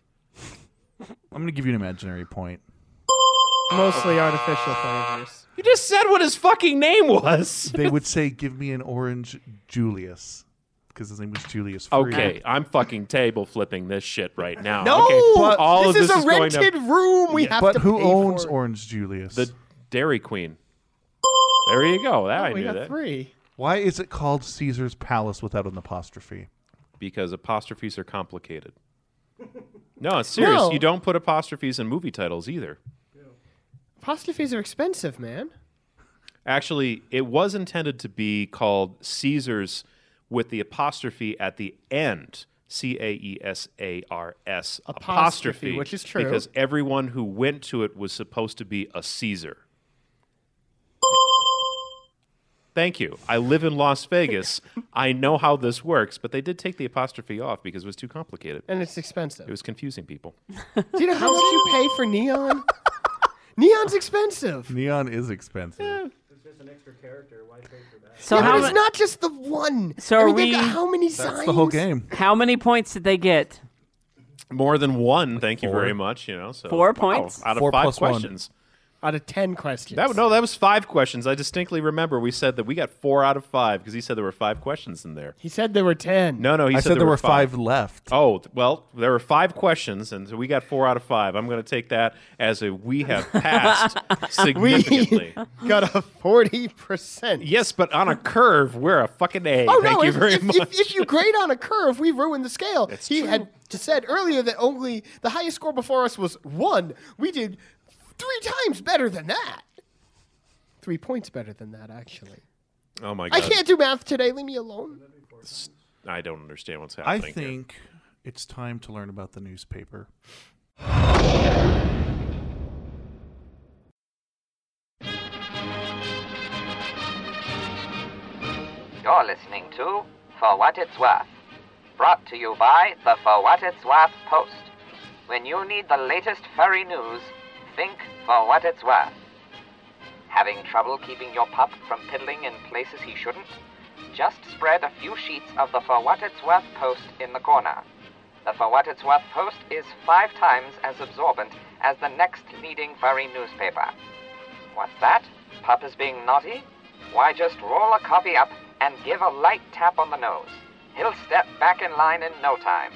S2: I'm going to give you an imaginary point.
S4: Mostly artificial flavors.
S3: You just said what his fucking name was.
S2: They would say, "Give me an Orange Julius," because his name was Julius. Freed.
S3: Okay, I'm fucking table flipping this shit right now.
S4: No,
S3: Oh, okay,
S4: But
S3: all
S4: this
S3: of
S4: is a
S3: going
S4: rented
S3: to-
S4: room. We have
S2: but
S4: to
S2: who
S4: pay
S2: owns
S4: for it.
S2: Orange Julius?
S3: The Dairy Queen. There you go. That I
S4: Oh, we
S3: knew
S4: got
S3: that.
S4: three.
S2: Why is it called Caesar's Palace without an apostrophe?
S3: Because apostrophes are complicated. No, it's serious.
S4: No.
S3: You don't put apostrophes in movie titles either.
S4: Apostrophes are expensive, man.
S3: Actually, it was intended to be called Caesar's with the apostrophe at the end. C A E S A R S
S4: Apostrophe, which is true.
S3: Because everyone who went to it was supposed to be a Caesar. Thank you. I live in Las Vegas. I know how this works, but they did take the apostrophe off because it was too complicated.
S4: And it's expensive.
S3: It was confusing people.
S4: Do you know how much you pay for neon? Neon's expensive.
S2: Neon is expensive.
S5: So
S4: yeah,
S5: how,
S4: but
S5: ma-
S4: it's not just the one.
S5: So
S4: I
S5: are
S4: mean, they've
S5: we-
S4: got how many
S2: That's
S4: signs?
S2: the whole game.
S5: how many points did they get?
S3: More than one. Thank you
S2: four.
S3: very much. You know, so
S5: Four
S3: wow,
S5: points?
S3: out of
S2: Four
S3: five
S2: plus one.
S3: questions.
S4: Out of ten questions.
S3: That no, that was five questions. I distinctly remember we said that we got four out of five because he said there were five questions in there.
S4: He said there were ten.
S3: No, no, he
S2: I
S3: said, there were five.
S2: left.
S3: Oh th- well, there were five questions, and so we got four out of five. I'm going to take that as a we have passed significantly.
S4: Got a forty percent.
S3: yes, but on a curve, we're a fucking a.
S4: Oh
S3: Thank
S4: no!
S3: you
S4: if,
S3: very
S4: if,
S3: much.
S4: if, if you grade on a curve, we ruin the scale.
S3: That's
S4: he
S3: true.
S4: had just said earlier that only the highest score before us was one. We did three times better than that. Three points better than that, actually.
S3: oh my
S4: I
S3: god,
S4: can't do math today. Leave me alone.
S3: I don't understand what's
S2: I
S3: happening.
S2: think,
S3: here.
S2: it's time to learn about the newspaper.
S11: You're listening to For What It's Worth, brought to you by the For What It's Worth Post. When you need the latest furry news, think For What It's Worth. Having trouble keeping your pup from piddling in places he shouldn't? Just spread a few sheets of the For What It's Worth Post in the corner. The For What It's Worth Post is five times as absorbent as the next leading furry newspaper. What's that? Pup is being naughty? Why, just roll a copy up and give a light tap on the nose. He'll step back in line in no time.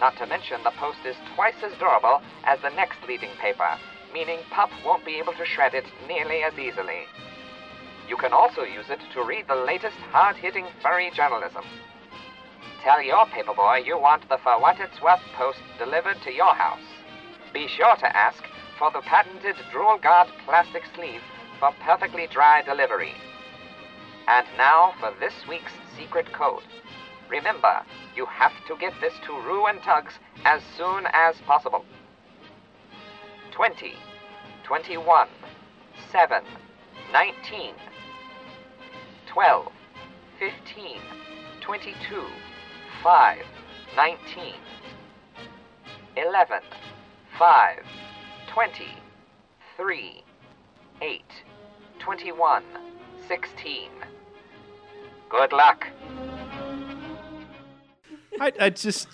S11: Not to mention, the post is twice as durable as the next leading paper, meaning Pup won't be able to shred it nearly as easily. You can also use it to read the latest hard hitting furry journalism. Tell your paperboy you want the For What It's Worth post delivered to your house. Be sure to ask for the patented Drool Guard plastic sleeve for perfectly dry delivery. And now for this week's secret code. Remember, you have to get this to Rue and Tugs as soon as possible. 20, 21, 7, 19, 12, 15, 22, 5, 19, 11, 5, 20, 3, 8, 21, 16. Good luck.
S3: I, I just.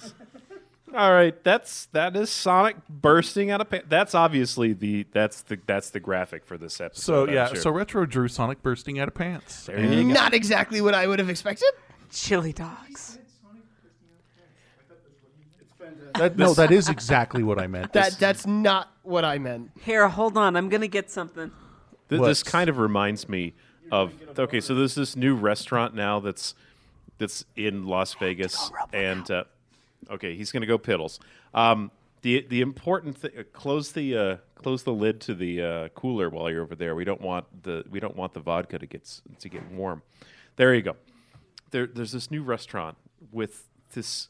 S3: All right, that's that is Sonic bursting out of pa- that's obviously the that's the that's the graphic for this episode.
S2: So
S3: I'm
S2: yeah,
S3: sure.
S2: so retro drew Sonic bursting out of pants.
S3: There you go.
S4: Not exactly what I would have expected.
S5: Chili dogs.
S2: That, no, that is exactly what I meant.
S4: That that's not what I meant.
S5: Here, hold on. I'm gonna get something.
S3: Th-
S2: What?
S3: this kind of reminds me of okay. So there's this new restaurant now that's that's in Las Vegas, and uh, okay, he's gonna go piddles. Um, the the important thing close the uh, close the lid to the uh, cooler while you're over there. We don't want the we don't want the vodka to get s- to get warm. There you go. There, there's this new restaurant with this.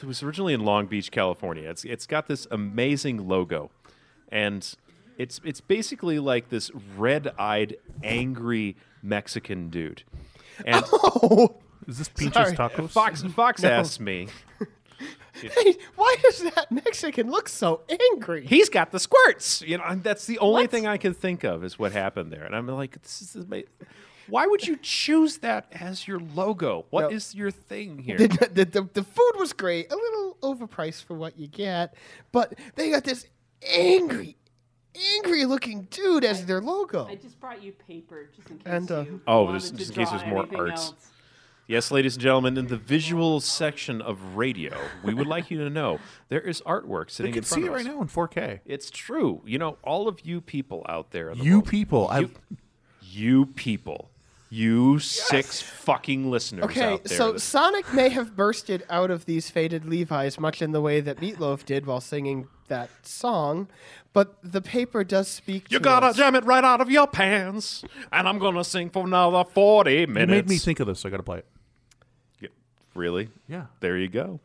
S3: It was originally in Long Beach, California. It's it's got this amazing logo, and it's it's basically like this red-eyed, angry Mexican dude. And
S2: Oh, is this
S4: Peaches Sorry. Tacos?
S3: Fox Fox
S4: No.
S3: asked me.
S4: Hey, why does that Mexican look so angry?
S3: He's got the squirts. You know, and that's the only thing I can think of is what happened there. And I'm like, this is ama- why would you choose that as your logo? What is your thing here?
S4: The, the, the, the food was great, a little overpriced for what you get, but they got this angry, angry looking dude as their logo.
S5: I just brought you paper just in case
S4: And, uh,
S5: you
S3: Oh,
S5: wanted
S3: this,
S5: to
S3: just in case
S5: draw
S3: there's more
S5: anything
S3: arts.
S5: else.
S3: Yes, ladies and gentlemen, in the visual section of radio, we would like you to know there is artwork
S2: They
S3: sitting
S2: can
S3: in front
S2: see it
S3: of us.
S2: right now in 4K.
S3: It's true. You know, all of you people out there. In the
S2: You
S3: world,
S2: people, I-
S3: You, you people. You six fucking listeners
S4: Okay,
S3: out there.
S4: so
S3: that-
S4: Sonic may have bursted out of these faded Levi's much in the way that Meatloaf did while singing that song, but the paper does speak
S3: you
S4: to
S3: gotta
S4: us.
S3: jam it right out of your pants, and I'm gonna sing for another 40
S2: It
S3: minutes.
S2: made me think of this. So I got to play it.
S3: Yeah, really?
S2: Yeah.
S3: There you go.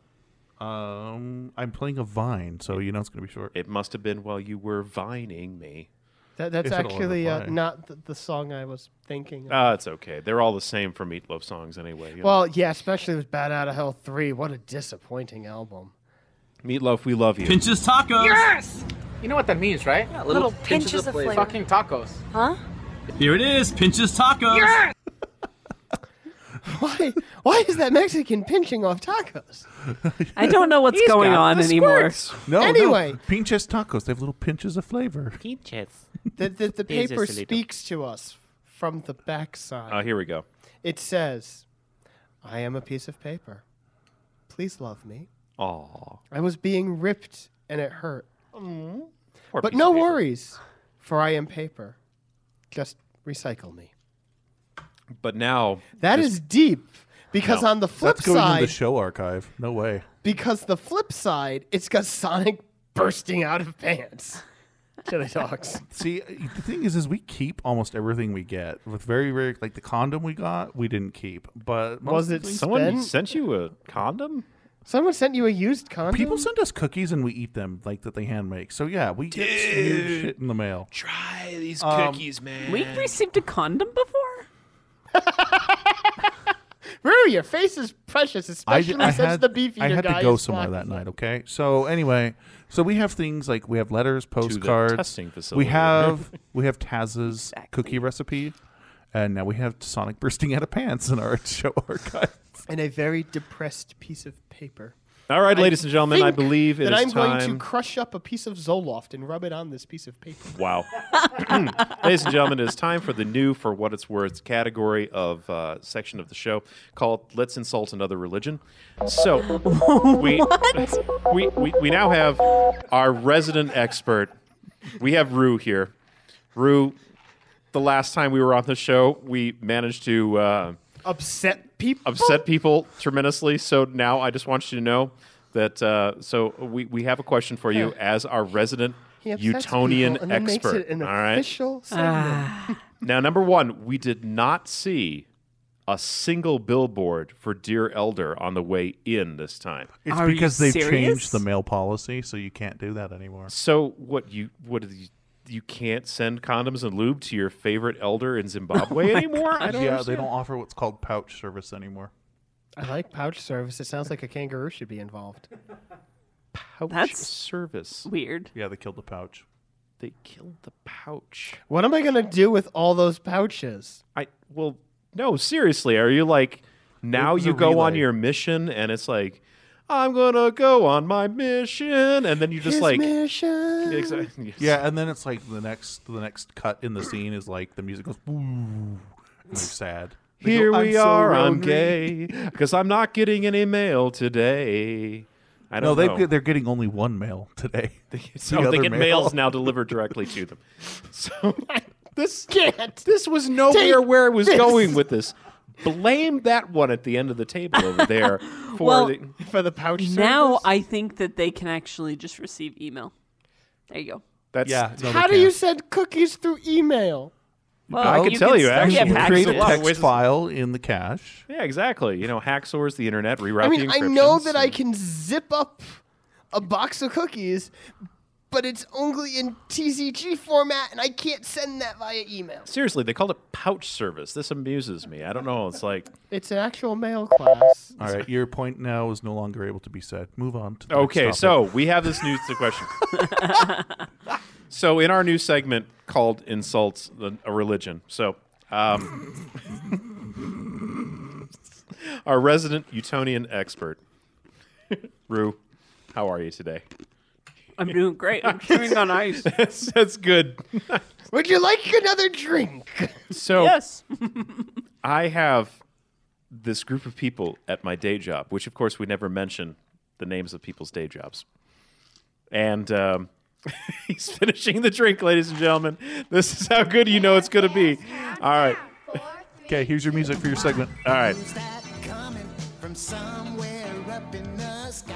S2: Um, I'm playing a vine, so you know it's going to be short.
S3: It must have been while you were vining me.
S4: That, that's
S2: If it'll
S4: actually uh,
S2: apply.
S4: not the, the song I was thinking of.
S3: Ah, it's okay. They're all the same for Meatloaf songs anyway. you know.
S4: well, yeah, especially with Bad Out of Hell 3. What a disappointing album.
S3: Meatloaf, we love you.
S1: Pinches tacos.
S12: Yes! You know what that means, right? Yeah,
S1: little Little pinches pinches of of flavor. flavor.
S12: Fucking tacos. Huh?
S1: Here it is. Pinches tacos.
S4: Why, why is that Mexican pinching off tacos?
S5: I don't know what's going on anymore.
S2: No,
S4: Anyway.
S2: no. pinches tacos. They have little pinches of flavor.
S4: Pinches. The, the, the paper
S2: Pinches, Lito.
S4: speaks to us from the backside.
S2: Uh,
S3: Ah, here we go.
S4: It says, I am a piece of paper. Please love me.
S3: Aw.
S4: I was being ripped and it hurt.
S2: Mm-hmm.
S3: Poor
S4: but
S3: piece
S4: no
S3: of paper.
S4: worries, for I am paper. Just recycle me.
S3: But now
S4: That is
S3: this-
S4: deep because
S3: No.
S4: on the flip
S2: That's going in
S4: side,
S2: the show archive. No way.
S4: because the flip side, it's got Sonic bursting out of pants. Chili dogs.
S2: See, uh, the thing is, is we keep almost everything we get. With very rare, like the condom we got, we didn't keep. But most
S4: Was it
S2: things-
S3: someone
S4: spent?
S3: sent you a condom.
S4: Someone sent you a used condom.
S2: People send us cookies and we eat them like that they hand make. So yeah, we get
S3: Dude.
S2: new shit in the mail.
S3: Try these
S2: Um,
S3: cookies, man.
S5: We received a condom before.
S4: Rue, your face is precious,
S2: I,
S4: especially
S2: I
S4: since
S2: had,
S4: the beef eater
S2: I had
S4: guy
S2: to go
S4: is
S2: somewhere that
S4: watching.
S2: night. Okay, so anyway, so we have things like we have letters, postcards,
S3: testing facility.
S2: we have we have Taz's cookie recipe, and now we have Sonic bursting out of pants in our show archive.
S4: And a very depressed piece of paper.
S3: All right,
S4: I
S3: ladies and gentlemen, I
S4: think
S3: believe it is
S4: that I'm
S3: time.
S4: going to crush up a piece of Zoloft and rub it on this piece of paper.
S3: Wow. Ladies and gentlemen, it is time for the new For What It's Worth category of uh, section of the show called Let's Insult Another Religion. So we, we, we, we now have our resident expert, we have Rue here. Rue, the last time we were on the show, we managed to uh,
S4: Upset people.
S3: upset people tremendously. So now I just want you to know that. Uh, so we, we have a question for you as our resident
S4: He upsets
S3: Utonian
S4: people and then makes
S3: expert.
S4: it an
S3: All right.
S4: official segment. Ah.
S3: now, number one, we did not see a single billboard for Dear Elder on the way in this time.
S2: It's because they've changed the mail policy, so you can't do that anymore.
S3: So what you what do you you can't send condoms and lube to your favorite elder in
S4: Oh
S3: Zimbabwe anymore? I don't
S2: yeah, they
S3: understand.
S2: don't offer what's called pouch service anymore.
S4: I like pouch service. It sounds like a kangaroo should be involved.
S3: Pouch service.
S5: Weird.
S2: Yeah, they killed the pouch.
S3: They killed the pouch.
S4: What am I going to do with all those pouches?
S3: I well, no, seriously, are you like now
S4: was
S3: you
S4: a
S3: go on
S4: relay.
S3: your mission and it's like I'm gonna go on my mission, and then you just
S4: His
S3: like
S4: mission.
S3: Exactly.
S2: Yeah, and then it's like the next the next cut in the scene is like the music goes "Ooh," and they're sad. They
S3: Here
S2: go,
S3: we
S2: "I'm so
S3: are. "Oh, I'm
S2: lonely."
S3: gay because I'm not getting any mail today. I
S2: no,
S3: don't
S2: they've
S3: know.
S2: g- they're getting only one mail today.
S3: So
S2: The
S3: they
S2: other
S3: get
S2: mail.
S3: mails now delivered directly to them. So this
S4: can't.
S3: This was nowhere where it was going with this. Blame that one at the end of the table over there for
S5: Well,
S3: the,
S4: for the pouch.
S5: Now I think that they can actually just receive email. There you go.
S3: that's
S2: yeah. No,
S4: How
S2: they
S4: do you
S2: can't.
S4: send cookies through email?
S3: I can tell you actually
S2: you create a
S3: lot of
S2: text
S3: ways-
S2: file in the cache.
S3: Yeah, exactly. You know, hack source the internet, reroute
S4: I mean,
S3: the
S4: I
S3: encryption.
S4: know that I can zip up a box of cookies, but it's only in TCG format, and I can't send that via email.
S3: Seriously, they called it pouch service. This amuses me. I don't know. It's like
S4: It's an actual mail class.
S2: All right, your point now is no longer able to be said. Move on. To the next
S3: Okay,
S2: topic.
S3: so we have this new th- question. so in our new segment called "Insults the- a Religion," so um, our resident Utonian expert, Rue, how are you today?
S5: I'm doing great. I'm chewing on ice.
S3: that's, that's good.
S4: Would you like another drink?
S3: So
S5: yes.
S3: I have this group of people at my day job, which of course we never mention the names of people's day jobs. And um, he's finishing the drink, ladies and gentlemen. This is how good you know it's going to be. All right.
S2: Okay, here's your music for your segment.
S3: All right.
S13: From somewhere up in the sky.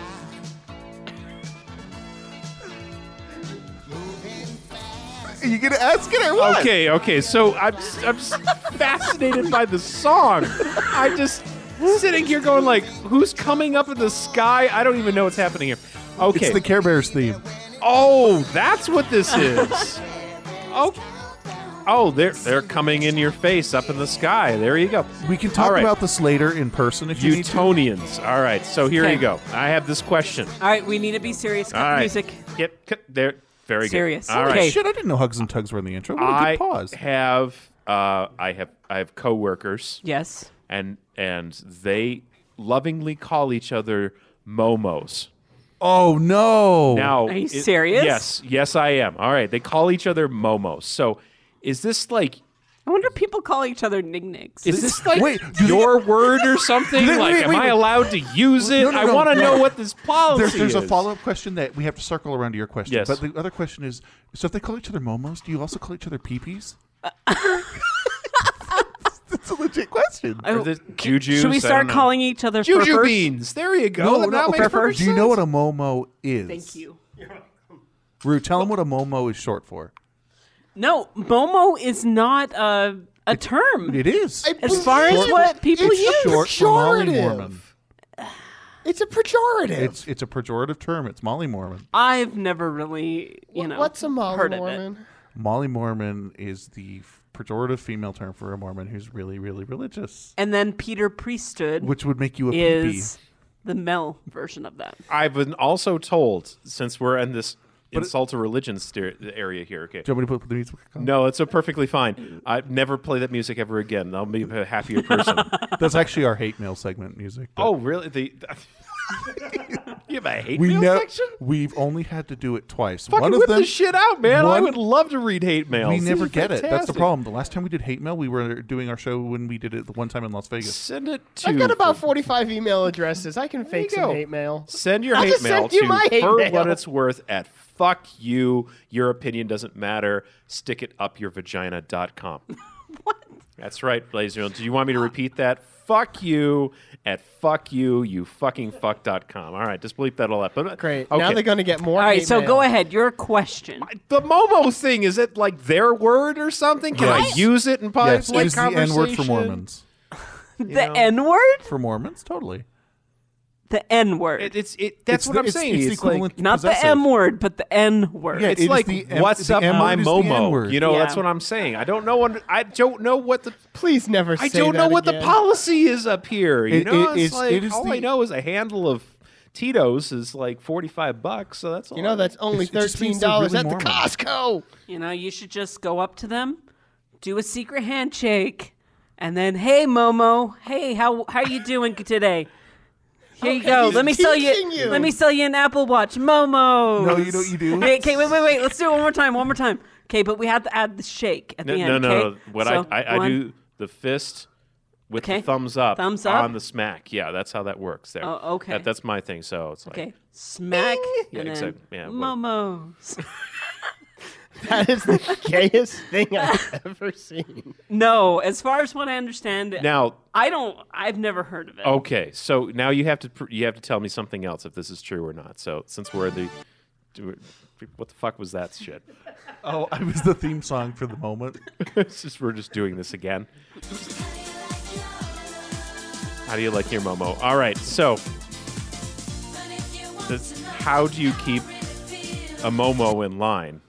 S2: Are you gonna ask it or what?
S3: Okay, okay. So I'm s- I'm s- fascinated by the song. I'm just sitting here going like, who's coming up in the sky? I don't even know what's happening here. Okay.
S2: It's the Care Bears theme.
S3: Oh, that's what this is. oh, oh, they're they're coming in your face up in the sky. There you go.
S2: We can talk
S3: All right.
S2: about this later in person if you need to.
S3: Utonians. All right, so here
S5: Okay.
S3: you go. I have this question.
S5: All right, we need to be serious. Cut
S3: All
S5: the
S3: right.
S5: music.
S3: Yep, cut- there. Very
S5: Serious.
S3: good. All right.
S5: Okay.
S2: Oh, Shit, I didn't know Hugs and Tugs were in the intro. What a
S3: I
S2: good pause.
S3: have uh, I have I have coworkers.
S5: Yes.
S3: And and they lovingly call each other momos.
S2: Oh no!
S3: Now,
S5: Are you
S3: it-
S5: serious?
S3: Yes, yes, I am. All right, they call each other momos. So, is this like
S5: I wonder if people call each other nicknicks.
S3: Is this like
S2: Wait, do
S3: your word or something?
S2: Do they-
S3: like,
S2: wait,
S3: am
S2: wait,
S3: I
S2: wait.
S3: allowed to use it?
S2: No, no,
S3: I
S2: no,
S3: want to
S2: no.
S3: know what this policy
S2: there's there's
S3: is.
S2: a follow up question that we have to circle around to your question.
S3: Yes.
S2: But the other question is: so if they call each other momos, do you also call each other peepees? That's a legit question.
S5: I-
S3: Or the juju.
S5: Should we start calling each other
S3: juju
S5: furfurs?
S3: beans? There you go.
S2: no,
S3: That
S2: no,
S3: makes
S2: okay,
S3: perfect
S2: Do you know what
S3: sense.
S2: a momo is?
S5: Thank you.
S2: Rue, tell them what a momo is short for.
S5: No, Momo is not a a term.
S2: It is.
S5: As far as what people
S4: it's
S5: use,
S4: a
S2: short for Molly
S4: pejorative.
S2: Mormon.
S4: It's a pejorative.
S2: It's it's a pejorative term. It's Molly Mormon.
S5: I've never really, you know,
S4: What's a Molly
S5: heard of
S4: Mormon?
S5: it.
S2: Molly Mormon is the f- pejorative female term for a Mormon who's really, really religious,
S5: And then Peter Priesthood
S2: which would make you a
S5: is the Mel version of that.
S3: I've been also told since we're in this insult a religion steer- area here. Okay.
S2: peepee. Do you want me to put the music? on?
S3: No, it's a perfectly fine. I've never play that music ever again. I'll be a happier person.
S2: That's actually our hate mail segment music. but
S3: oh, really? The You have a Oh, hate
S2: we
S3: mail
S2: know
S3: section?
S2: we've only had to do it twice.
S3: Fucking
S2: one of
S3: whip
S2: them,
S3: this shit out, man. I
S2: one-
S3: would love to read hate mail.
S2: We
S3: This
S2: never
S3: is
S2: get it. That's the
S3: fantastic.
S2: problem. The last time we did hate mail, we were doing our show when we did it the one time in Las Vegas.
S3: Send it
S4: I've got about 45 email addresses. I can fake some hate mail.
S3: Send your
S4: I'll
S3: hate
S4: just
S3: mail
S4: send you
S3: to
S4: my hate
S3: for
S4: mail.
S3: what it's worth at fuck you. Your opinion doesn't matter. Stick it up your vagina.com. what? That's right, Blazer. Do you want me to repeat that? Fuck you at fuck you, you fucking fuck.com. All right, just bleep that all up. But, uh, Great.
S4: Now they're gonna get more
S5: All right,
S4: hate
S5: so
S4: mail.
S5: go ahead. Your question.
S3: The Momo thing, is it like their word or something? Can
S2: Yes.
S3: I use it in public
S2: Yes, it is the N word for
S3: conversation?
S2: Mormons.
S5: the N word?
S2: For Mormons, totally.
S5: The N word.
S3: it's it. That's
S2: It's
S3: what
S2: the-
S3: I'm
S2: it's-
S3: saying.
S2: it's the
S5: like,
S2: equivalent
S5: not the
S2: possessive.
S5: M word, but the N word.
S3: it's like what's up my momo. You know,
S5: Yeah.
S3: that's what I'm saying. I don't know. what- I don't know what the.
S4: Please never.
S3: I
S4: say
S3: don't know
S4: that
S3: what
S4: again.
S3: the policy is up here. You
S4: It-
S3: know,
S4: it
S3: it's
S4: is-
S3: like
S4: it is
S3: all I
S4: the-
S3: know is a handle of Tito's is like 45 bucks. So that's all.
S4: You know, that's only thirteen dollars at the Costco.
S5: You know, you should just go up to them, do a secret handshake, and then, hey, Momo, hey, how how you doing today? Here you
S4: Okay,
S5: go.
S4: he's
S5: Let me sell you,
S4: teaching you.
S5: Let me sell you an Apple Watch, Momo.
S2: No, you know what you do?
S5: Wait, okay, wait, wait, wait. Let's do it one more time. One more time. Okay, but we have to add the shake at
S3: No,
S5: the
S3: no,
S5: end.
S3: no.
S5: okay?
S3: no. What
S5: So,
S3: I, I, I
S5: one-
S3: do the fist with
S5: Okay.
S3: the thumbs up,
S5: Thumbs up.
S3: on the smack. Yeah, that's how that works. There.
S5: Oh, okay.
S3: That, that's my thing. So it's like
S5: Okay, smack.
S3: Yeah,
S5: and then
S3: exactly. Yeah, well-
S5: Momo's.
S4: That is the gayest thing I've ever seen.
S5: No, as far as what I understand,
S3: Now- Oh.
S5: I don't. I've never heard of it.
S3: Okay, so now you have to pr- you have to tell me something else if this is true or not. So since we're the do- what the fuck was that shit?
S2: Oh, I was the theme song for the moment.
S3: it's just we're just doing this again. How do you like your Momo? All right, so this, how do you keep a Momo in line?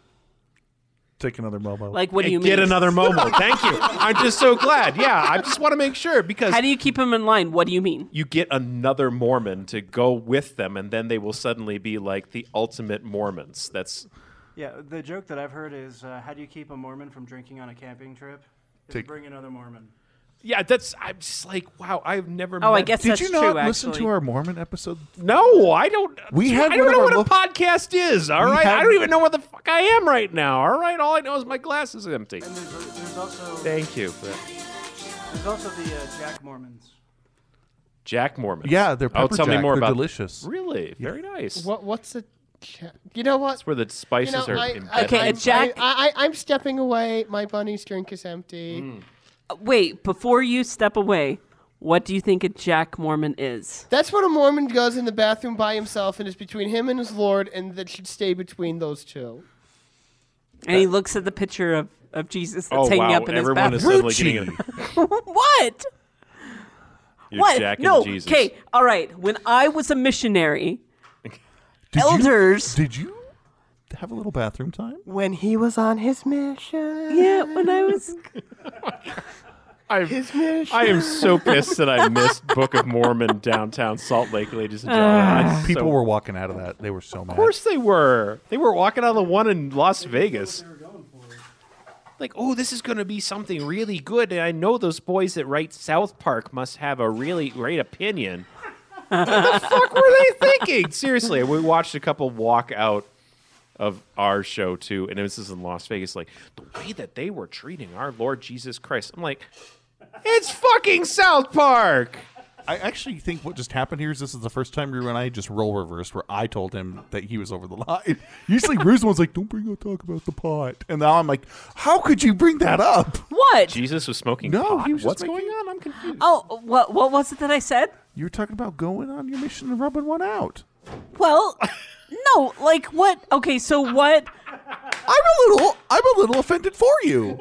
S2: Take another Momo.
S5: Like, what do
S3: Hey,
S5: you
S3: get
S5: mean?
S3: another Momo? Thank you. I'm just so glad. Yeah, I just want to make sure because
S5: How do you keep him in line? What do you mean?
S3: you get another Mormon to go with them, and then they will suddenly be like the ultimate Mormons. That's
S10: Yeah, the joke that I've heard is, uh, how do you keep a Mormon from drinking on a camping trip? Is
S2: Take-
S10: bring another Mormon.
S3: yeah. That's I'm just like wow. I've never.
S5: Oh, I
S3: met-
S5: guess
S2: Did
S5: that's
S2: you
S5: true.
S2: not listen
S5: actually.
S2: to our Mormon episode?
S3: No, I don't.
S2: We had
S3: I
S2: one
S3: don't
S2: of
S3: know
S2: our
S3: what a
S2: lo-
S3: podcast is. All
S2: We
S3: right,
S2: had-
S3: I don't even know where the fuck I am right now. All right, all I know is my glass is empty.
S10: There's also
S3: Thank you for that.
S10: there's also the uh, Jack Mormons.
S3: Jack Mormon.
S2: Yeah, they're
S3: oh,
S2: pepper
S3: tell me
S2: jack.
S3: more
S2: They're
S3: about
S2: delicious.
S3: Really, very nice.
S4: What? What's a? cha- You know what?
S3: That's where the spices
S4: You know,
S3: are.
S4: I- I,
S3: embedded.
S5: Okay,
S4: I,
S5: a Jack-
S4: I, I, I'm stepping away. My bunny's drink is empty.
S3: Mm.
S5: Uh, Wait, before you step away, what do you think a Jack Mormon is?
S4: That's when a Mormon goes in the bathroom by himself, and it's between him and his Lord, and that should stay between those two.
S5: And
S2: Uh,
S5: he looks at the picture of, of Jesus that's
S3: Oh
S5: hanging
S3: wow!
S5: up in
S3: Everyone
S5: his
S3: is
S5: bathroom.
S3: suddenly getting it.
S5: what?
S3: You're
S5: what?
S3: Jack and
S5: no.
S3: Jesus.
S5: Okay. All right. When I was a missionary,
S2: Did you-
S5: elders.
S2: did you have a little bathroom time?
S4: When he was on his mission.
S5: yeah, when I was
S3: I'm, I am so pissed that I missed Book of Mormon downtown Salt Lake, ladies and
S5: Uh,
S3: gentlemen. I'm
S2: People
S3: so-
S2: were walking out of that. They were so mad.
S3: Of course they were. They were walking out of the one in Las Vegas. Like, oh, this is going to be something really good, and I know those boys that write South Park must have a really great opinion. what the fuck were they thinking? Seriously, we watched a couple walk out of our show too, and this is in Las Vegas. Like the way that they were treating our Lord Jesus Christ, I'm like, it's fucking South Park.
S2: I actually think what just happened here is this is the first time Rue and I just role reversed, where I told him that he was over the line. Usually, Rue's the one's like, "Don't bring up talk about the pot," and now I'm like, "How could you bring that up?"
S5: what?
S3: Jesus Oh, was smoking
S2: No,
S3: pot.
S2: he was just
S3: What's
S2: making-
S3: going on? I'm confused.
S5: Oh, what? What was it that I said?
S2: You were talking about going on your mission and rubbing one out.
S5: Well, no. Like what? Okay. So what?
S2: I'm a little, I'm a little offended for you.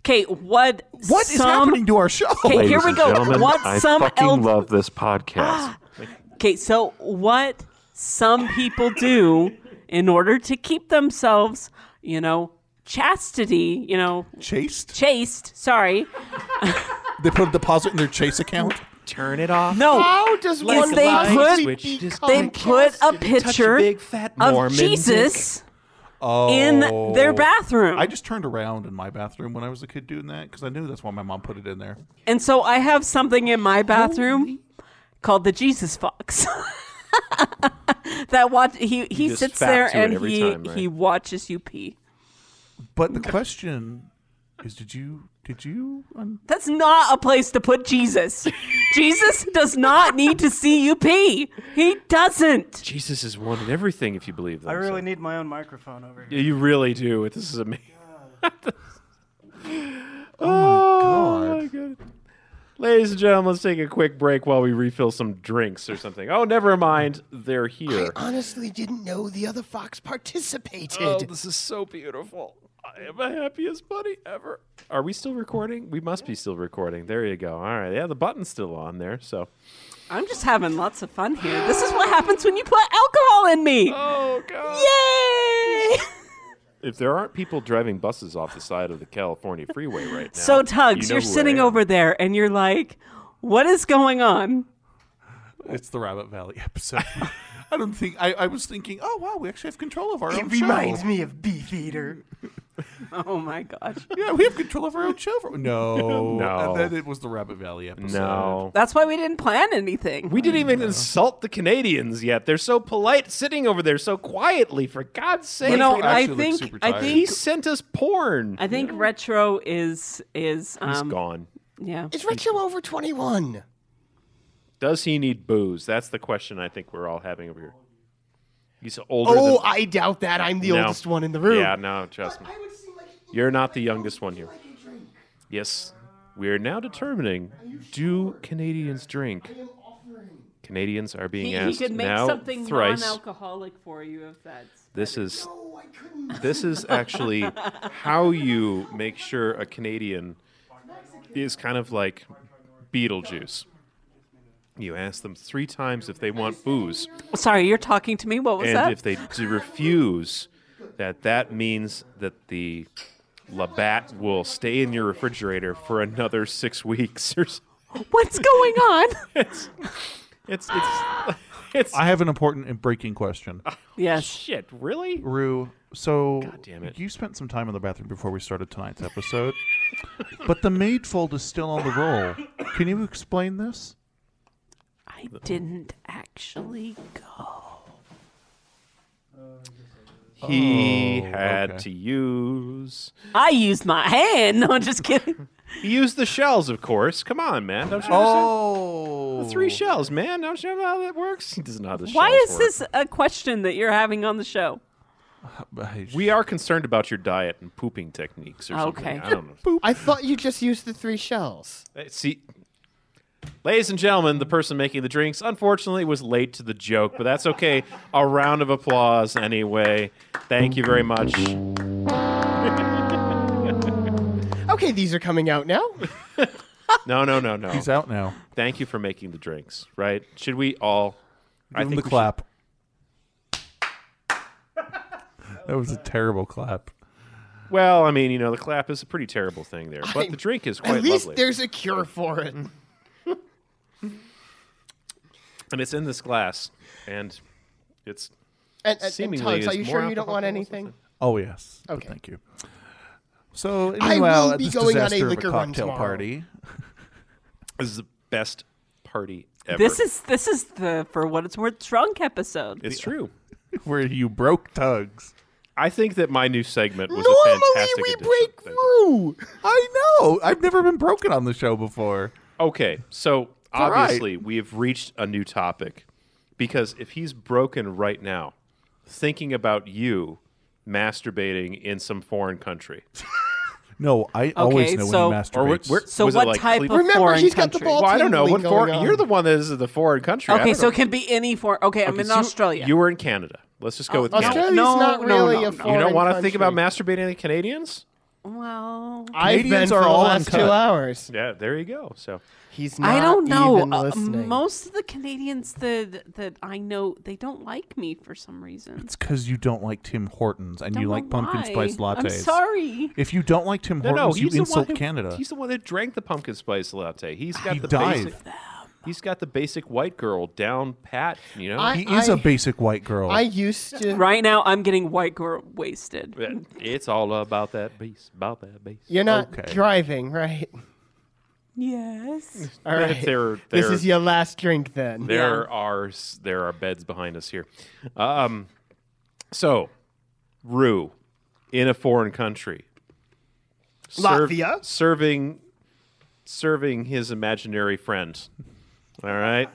S5: Okay. What?
S2: What is
S5: some-
S2: happening to our show?
S5: Okay, here
S9: Ladies
S5: we
S9: and
S5: go.
S9: Gentlemen,
S5: What
S9: I
S5: some Ah,
S9: fucking
S5: eld-
S9: love this podcast.
S5: Okay, so what some people do in order to keep themselves, you know, chastity, you know,
S2: Chased.
S5: chaste, sorry.
S2: They put a deposit in their Chase account.
S3: Turn it off.
S5: No.
S4: How does
S5: Like
S4: one
S5: they
S4: lie
S5: put-
S4: be
S3: Switch this
S2: Oh
S4: become
S5: They put a
S4: chastity?
S5: picture
S3: big fat
S5: of
S3: Mormon
S5: Jesus
S2: Oh.
S5: in their bathroom.
S2: I just turned around in my bathroom when I was a kid doing that because I knew that's why my mom put it in there.
S5: and so I have something in my bathroom called the Jesus Fox. that watch he he
S2: just
S5: sits
S2: fat
S5: there
S2: to it
S5: and
S2: every
S5: he
S2: time, right?
S5: he watches you pee.
S2: But the question is, did you did you? un-
S5: That's not a place to put Jesus. Jesus does not need to see you pee. He doesn't.
S3: Jesus is one in everything if you believe that.
S10: I really need my own microphone over
S3: Yeah, you really do. This is amazing.
S2: Oh
S3: my god. Ladies and gentlemen, let's take a quick break while we refill some drinks or something. Oh, never mind. They're here.
S4: Honestly, didn't know the other fox participated.
S3: Oh, this is so beautiful. I am the happiest buddy ever. Are we still recording? We must be still recording. There you go. All right. Yeah, the button's still on there. So
S5: I'm just having lots of fun here. This is what happens when you put alcohol in me.
S3: Oh god.
S5: Yay!
S3: if there aren't people driving buses off the side of the California freeway right now.
S5: So Tugs,
S3: you know
S5: you're
S3: who I
S5: sitting
S3: am.
S5: over there and you're like, what is going on?
S2: It's the Rabbit Valley episode. I don't think I, I was thinking. Oh wow, we actually have control of our own
S10: It
S2: show.
S10: reminds me of Beefeater.
S5: oh my gosh.
S2: Yeah, we have control of our own show. For, no,
S3: No.
S2: And then it was the Rabbit Valley episode.
S3: No.
S5: That's why we didn't plan anything.
S3: We didn't even insult the Canadians yet. They're so polite sitting over there so quietly, for God's sake.
S5: You know, I think I think
S3: he sent us porn.
S5: I think retro is is um,
S3: He's gone.
S5: Yeah.
S4: Is retro over 21?
S3: Does he need booze? That's the question I think we're all having over here. He's older
S4: Oh,
S3: than-
S4: I doubt that. I'm the
S3: No.
S4: oldest one in the room.
S3: Yeah, no, trust me. You're not the youngest one here. Yes. We're now determining do Canadians drink? Canadians are being
S5: He, he
S3: asked
S5: could make
S3: now
S5: something
S3: thrice.
S5: non-alcoholic for you if that's.
S3: This is this is actually how you make sure a Canadian is kind of like Beetlejuice. You ask them three times if they want booze,
S5: Sorry, you're talking to me. What was
S3: and
S5: that?
S3: if they d- refuse, that that means that the Labatt will stay in your refrigerator for another six weeks. Or so.
S5: What's going on?
S3: it's, it's it's it's.
S2: I have an important and breaking question.
S5: Yes.
S3: Shit. Really?
S2: Rue, so
S3: damn it.
S2: you spent some time in the bathroom before we started tonight's episode, but the maidfold is still on the roll. Can you explain this?
S5: I didn't actually go.
S3: He
S2: Oh,
S3: had
S2: okay.
S3: to use.
S5: I used my hand. No, I'm just kidding.
S3: He used the shells, of course. Come on, man. Don't you
S2: oh,
S3: the three shells, man. Don't you know how that works? He doesn't know how the
S5: Why
S3: shells
S5: is
S3: work.
S5: this a question that you're having on the show?
S3: We are concerned about your diet and pooping techniques or something.
S5: Oh, Okay.
S3: I don't know.
S4: I thought you just used the three shells.
S3: Uh, See, ladies and gentlemen, the person making the drinks unfortunately was late to the joke, but that's okay. A round of applause anyway. Thank you very much.
S4: Okay, these are coming out now.
S3: No, no, no, no.
S2: He's out now.
S3: Thank you for making the drinks. Right? Should we all? I
S2: Give him the
S3: think we should-
S2: clap. That was a terrible clap.
S3: Well, I mean, you know, the clap is a pretty terrible thing there, but the drink is quite
S4: At least
S3: lovely.
S4: there's a cure for it.
S3: and it's in this glass, and it's
S4: And, and, and
S3: seemingly
S4: Tugs,
S3: is
S4: are you
S3: more
S4: sure you don't
S3: alcohol
S4: want
S3: than what's
S4: anything?
S2: Oh yes. But
S4: Okay.
S2: thank you. So
S4: I
S2: meanwhile,
S4: will
S2: at
S4: be
S2: this
S4: going on a
S2: disaster of
S4: liquor run
S2: cocktail
S4: tomorrow.
S2: party.
S3: This is the best party ever.
S5: This is this is the for what it's worth drunk episode.
S3: It's true.
S2: where you broke tugs.
S3: I think that my new segment was a
S4: Normally
S3: fantastic
S4: we
S3: addition.
S4: break through.
S2: I know. I've never been broken on the show before.
S3: Okay, so
S2: all right.
S3: obviously we have reached a new topic because if he's broken right now, thinking about you masturbating in some foreign country,
S2: No, I always know
S5: so-
S2: when he masturbates.
S3: Or what- where-
S5: So
S3: was it
S5: what
S3: like
S5: type
S3: Cleveland?
S5: of
S4: Remember,
S5: foreign
S4: he's got the
S5: country?
S4: ball-
S3: well, I don't know what
S4: tingling
S3: foreign.
S4: going on.
S3: You're the one that is the foreign country. I
S5: okay,
S3: don't
S5: so
S3: know.
S5: it can be any for. Okay, I'm
S3: Okay,
S5: in
S3: so you-
S5: Australia.
S3: You were in Canada. Let's just go with Canada.
S4: Australia's
S5: No,
S4: not
S5: no,
S4: really
S5: no, no.
S4: a
S5: You
S4: foreign
S3: You don't want to think
S4: country.
S3: about masturbating to Canadians?
S5: well,
S4: I've been
S2: Canadians
S4: for
S2: are
S4: the
S2: all
S4: last
S2: uncut.
S4: two hours.
S3: Yeah, there you go. So
S4: He's not
S5: I don't know.
S4: even
S5: Uh,
S4: listening.
S5: most of the Canadians that that I know, they don't like me for some reason.
S2: It's because you don't like Tim Hortons and you
S5: Don't
S2: like
S5: know
S2: pumpkin
S5: why.
S2: spice lattes.
S5: I'm sorry.
S2: If you don't like Tim
S3: No,
S2: Hortons,
S3: no, he's
S2: you
S3: the
S2: insult
S3: one who,
S2: Canada.
S3: He's the one that drank the pumpkin spice latte. He's got
S2: He
S3: the
S2: dived.
S3: basic. He's got the basic white girl down pat. You know,
S4: I-
S2: He is a
S4: I-
S2: basic white girl.
S4: I used to.
S5: Right now, I'm getting white girl wasted.
S3: it's all about that base, about that base.
S4: You're not
S2: Okay.
S4: driving, right?
S5: Yes.
S4: All right.
S3: There-
S4: this
S3: there-
S4: is your last drink then.
S3: There are s- there are beds behind us here. Um, so, Rue, in a foreign country,
S4: Latvia?
S3: serving serving his imaginary friend. All right,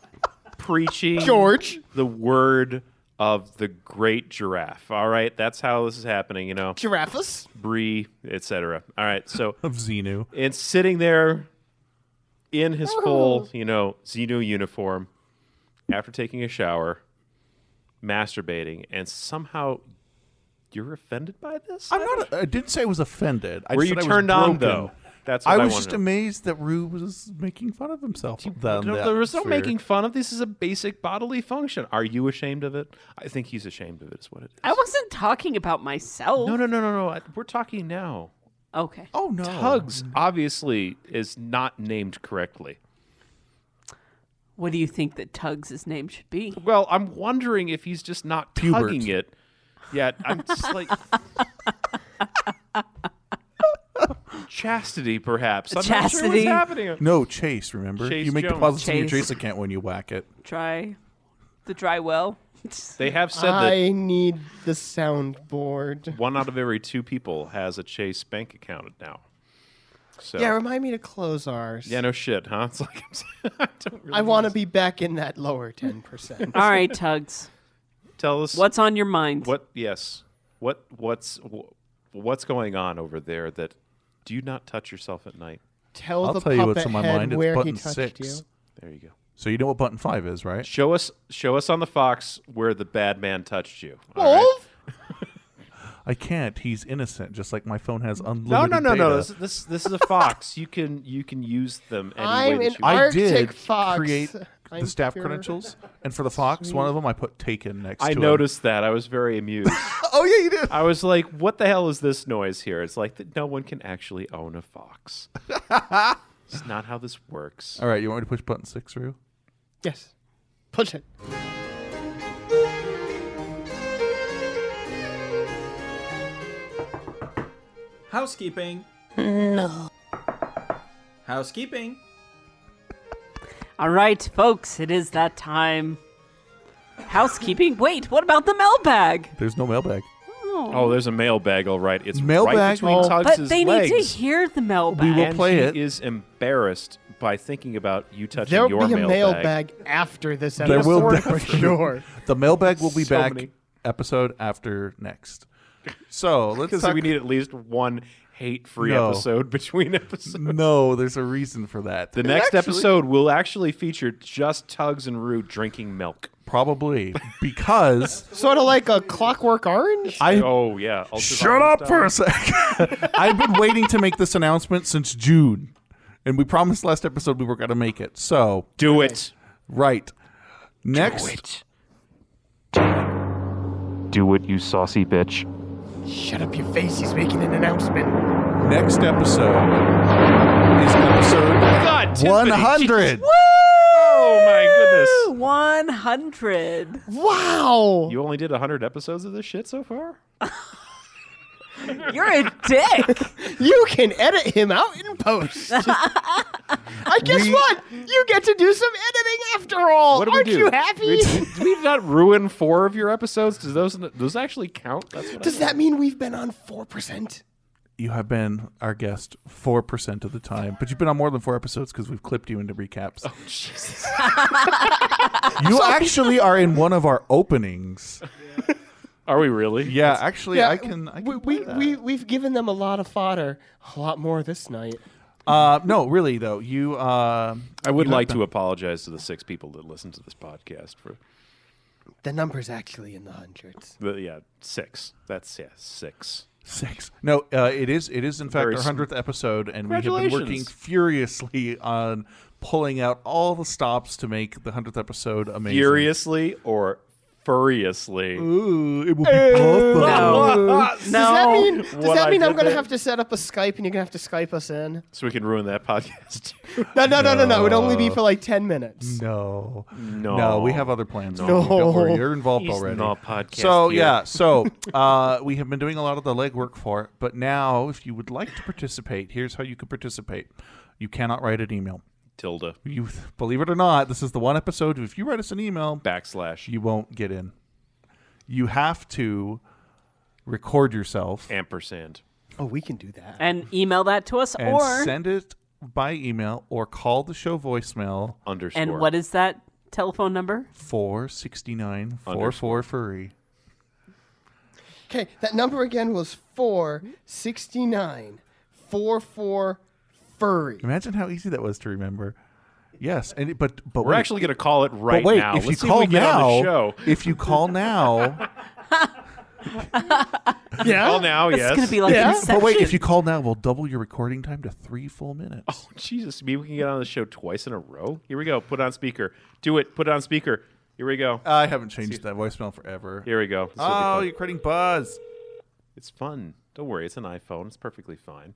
S3: preaching
S4: George.
S3: the word of the great giraffe. All right, that's how this is happening. You know,
S4: Giraffes?
S3: Bree, etc. All right, so
S2: of Xenu.
S3: and sitting there in his full, you know, Xenu uniform after taking a shower, masturbating, and somehow you're offended by this.
S2: I'm not. I didn't say I was offended. I
S3: Were
S2: just
S3: you
S2: said I was
S3: turned on
S2: broken.
S3: though? That's
S2: I
S3: what I,
S2: was
S3: wanna
S2: just
S3: know.
S2: amazed that Rue was making fun of himself. then
S3: No,
S2: that
S3: there was no
S2: atmosphere.
S3: making fun of. This is a basic bodily function. Are you ashamed of it? I think he's ashamed of it. Is what it is.
S5: I wasn't talking about myself. No,
S3: no, no, no, no. We're talking now.
S5: Okay.
S2: Oh no.
S3: Tugs obviously is not named correctly.
S5: What do you think that Tugs' name should be?
S3: Well, I'm wondering if he's just not
S5: Pubert.
S3: tugging it yet. I'm just like chastity, perhaps. I'm not sure what's happening.
S2: No, Chase. Remember,
S3: Chase
S2: you make
S3: Jones.
S2: deposits in your
S3: Chase.
S2: Chase account when you whack it.
S5: Try the dry well.
S3: They have said
S4: I need the soundboard.
S3: that one out of every two people has a Chase bank account now. So
S4: Yeah, remind me to close ours.
S3: Yeah, no shit, huh? It's like
S4: I want to be back in that lower 10%.
S5: All right, Tugs.
S3: Tell us
S5: what's on your mind.
S3: What? Yes. What? What's? wh- What's going on over there? That do you not touch yourself at night?
S4: Tell
S2: I'll
S4: the
S2: tell you what's
S4: puppet
S2: on my
S4: head
S2: mind.
S4: where
S2: It's
S4: he
S2: button
S4: touched
S2: six.
S4: you.
S3: There you go.
S2: So you know what button five is, right?
S3: Show us. Show us on the fox where the bad man touched you. All right?
S4: Wolf?
S2: I can't. He's innocent, just like my phone has unlimited.
S3: No, no, no, no.
S2: data.
S3: This, this this is a fox. you can you can use them any
S4: I'm
S3: way
S4: an
S3: that you
S2: I
S3: want.
S2: did
S4: fox.
S2: create
S4: I'm
S2: the staff
S4: pure-
S2: credentials, and for the fox, one of them I put taken next.
S3: I
S2: to
S3: noticed that. I was very amused.
S2: oh yeah, you did.
S3: I was like, "What the hell is this noise here?" It's like that no one can actually own a fox. it's not how this works.
S2: Him. All right, you want me to push button six, Rue?
S4: Yes. Push it.
S1: Housekeeping.
S5: No.
S1: Housekeeping.
S5: All right, folks, it is that time. Housekeeping. Wait, what about the mailbag?
S2: There's no mailbag.
S3: Oh, there's a mailbag, all right. It's right
S2: Mailbag?
S3: between
S2: Oh.
S3: Tugs'
S5: but they
S3: legs.
S5: need to hear the mailbag.
S3: and he is embarrassed by thinking about you touching
S4: There
S3: your
S4: will be a
S3: mailbag.
S4: mailbag after this
S2: There
S4: episode
S2: will
S4: for
S2: definitely-
S4: sure.
S2: The mailbag will be
S3: So
S2: back
S3: many.
S2: episode after next. So let's
S3: Because
S2: talk.
S3: we need at least one hate-free
S2: No.
S3: episode between episodes.
S2: no, there's a reason for that.
S3: The next episode will actually feature just Tugs and Rue drinking milk.
S2: probably because
S4: Sort of like a clockwork orange?
S2: I
S3: oh yeah. Ultraviolet
S2: Shut up for a
S3: style.
S2: sec. I've been waiting to make this announcement since June, and we promised last episode we were going to make it. So
S3: do it.
S2: Right. Next.
S9: Do it, you saucy bitch.
S4: Shut up your face. He's making an announcement.
S2: Next episode is episode
S3: God, Tiffany,
S2: 100.
S3: Oh my
S5: Woo! 100.
S4: Wow.
S3: goodness. You only did 100 episodes of this shit so far?
S5: You're a dick.
S4: You can edit him out in post. I guess
S3: We-
S4: what? You get to do some editing after all.
S3: What do
S4: Aren't
S3: we do?
S4: you happy?
S3: Did we, did we not ruin four of your episodes? Does those those actually count? That's what I
S4: Does that mean we've been on 4%?
S2: You have been our guest 4% of the time, but you've been on more than four episodes because we've clipped you into recaps. Oh,
S3: Jesus.
S2: You actually are in one of our openings.
S3: Are we really?
S2: Yeah, actually,
S4: Yeah,
S2: I can. I can
S4: we,
S2: play
S4: we,
S2: that.
S4: we, we've given them a lot of fodder. A lot more this night.
S2: Uh, no, really, though. You. Uh,
S3: I would
S2: you have
S3: like
S2: been-
S3: to apologize to the six people that listen to this podcast for
S4: The number's actually in the hundreds.
S3: the yeah six. That's yeah six.
S2: Six. No, uh, it is. It is in fact
S3: Very
S2: our
S3: sm-
S2: hundredth episode, and we have been
S3: Congratulations.
S2: working furiously on pulling out all the stops to make the hundredth episode amazing.
S3: Furiously or furiously.
S2: Ooh, it will be
S4: Does that mean, does
S3: What
S4: that
S3: I
S4: mean I'm
S3: did
S4: going to
S3: there.
S4: have to set up a Skype and you're going to have to Skype us in?
S3: So we can ruin that podcast.
S4: No, no, no, no, no. It'd only be for like 10 minutes.
S2: No.
S3: No.
S2: we have other plans.
S3: No.
S2: Don't worry,
S4: No.
S2: you're involved
S3: He's
S2: already.
S3: not podcast
S2: so
S3: here.
S2: yeah, so uh, we have been doing a lot of the legwork for it, but now if you would like to participate, here's how you can participate. You cannot write an email.
S3: Tilda.
S2: You believe it or not, this is the one episode. If you write us an email,
S3: backslash,
S2: you won't get in. You have to record yourself.
S3: Ampersand.
S4: Oh, we can do that.
S5: And email that to us
S2: And
S5: or
S2: send it by email or call the show voicemail
S3: underscore
S5: and what is that telephone number?
S2: four sixty nine four four
S3: Underscore.
S2: furry.
S4: Okay, that number again was 469 44 furry.
S2: Imagine how easy that was to remember. Yes, and it- but but
S3: We're
S2: wait.
S3: actually gonna call it right
S2: but wait,
S3: now.
S2: If
S3: Let's see
S2: you
S3: if
S2: call
S3: we get on the
S2: now,
S3: show.
S2: if you call now,
S4: yeah,
S3: Call now, Oh, yes.
S2: But wait, if you call now, we'll double your recording time to three full minutes.
S3: Oh, Jesus, maybe we can get on the show twice in a row. Here we go. Put it on speaker. Do it. Put it on speaker. Here we go.
S2: I haven't changed that voicemail forever.
S3: Here we go. This will be
S2: Oh,
S3: fun.
S2: you're creating buzz.
S3: It's fun. Don't worry. It's an iPhone. It's perfectly fine.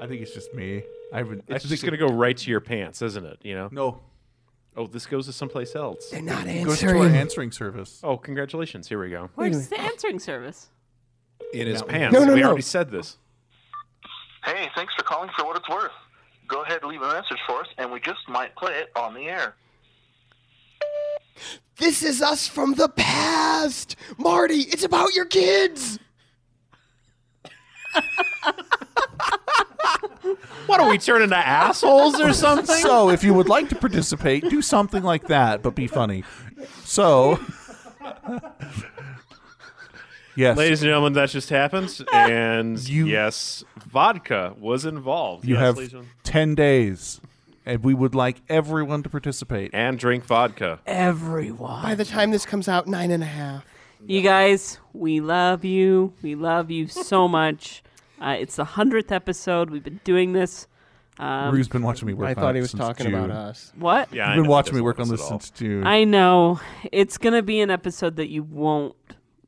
S2: I think it's just me. I would.
S3: It's just going to go right to your pants, isn't it? You know.
S2: No.
S3: Oh, this goes to someplace else. They're
S4: not
S2: Goes to our answering service.
S3: Oh, congratulations! Here we go.
S5: Where's the answering service?
S3: In his
S2: No.
S3: pants.
S2: No, no,
S3: we
S2: no.
S3: already said this.
S14: Hey, thanks for calling for what it's worth. Go ahead, leave a message for us, and we just might play it on the air.
S4: This is us from the past. Marty, it's about your kids.
S3: What are we turning into assholes or something?
S2: So, if you would like to participate, do something like that, but be funny. So, yes,
S3: Ladies and gentlemen, that just happened, and yes, vodka was involved.
S2: you
S3: Yes,
S2: have
S3: ladies and gentlemen.
S2: ten days, and we would like everyone to participate
S3: and drink vodka.
S5: Everyone.
S4: By the time this comes out, nine and a half.
S5: You guys, we love you. We love you so much. Uh, it's the hundredth episode. We've been doing this. Um,
S2: Rue's been watching me work.
S4: I
S2: on
S4: thought
S2: it
S4: he was
S2: since
S4: talking
S2: June.
S4: about uh, us.
S5: What?
S2: You've been watching me work on this since June.
S5: I know it's gonna be an episode that you won't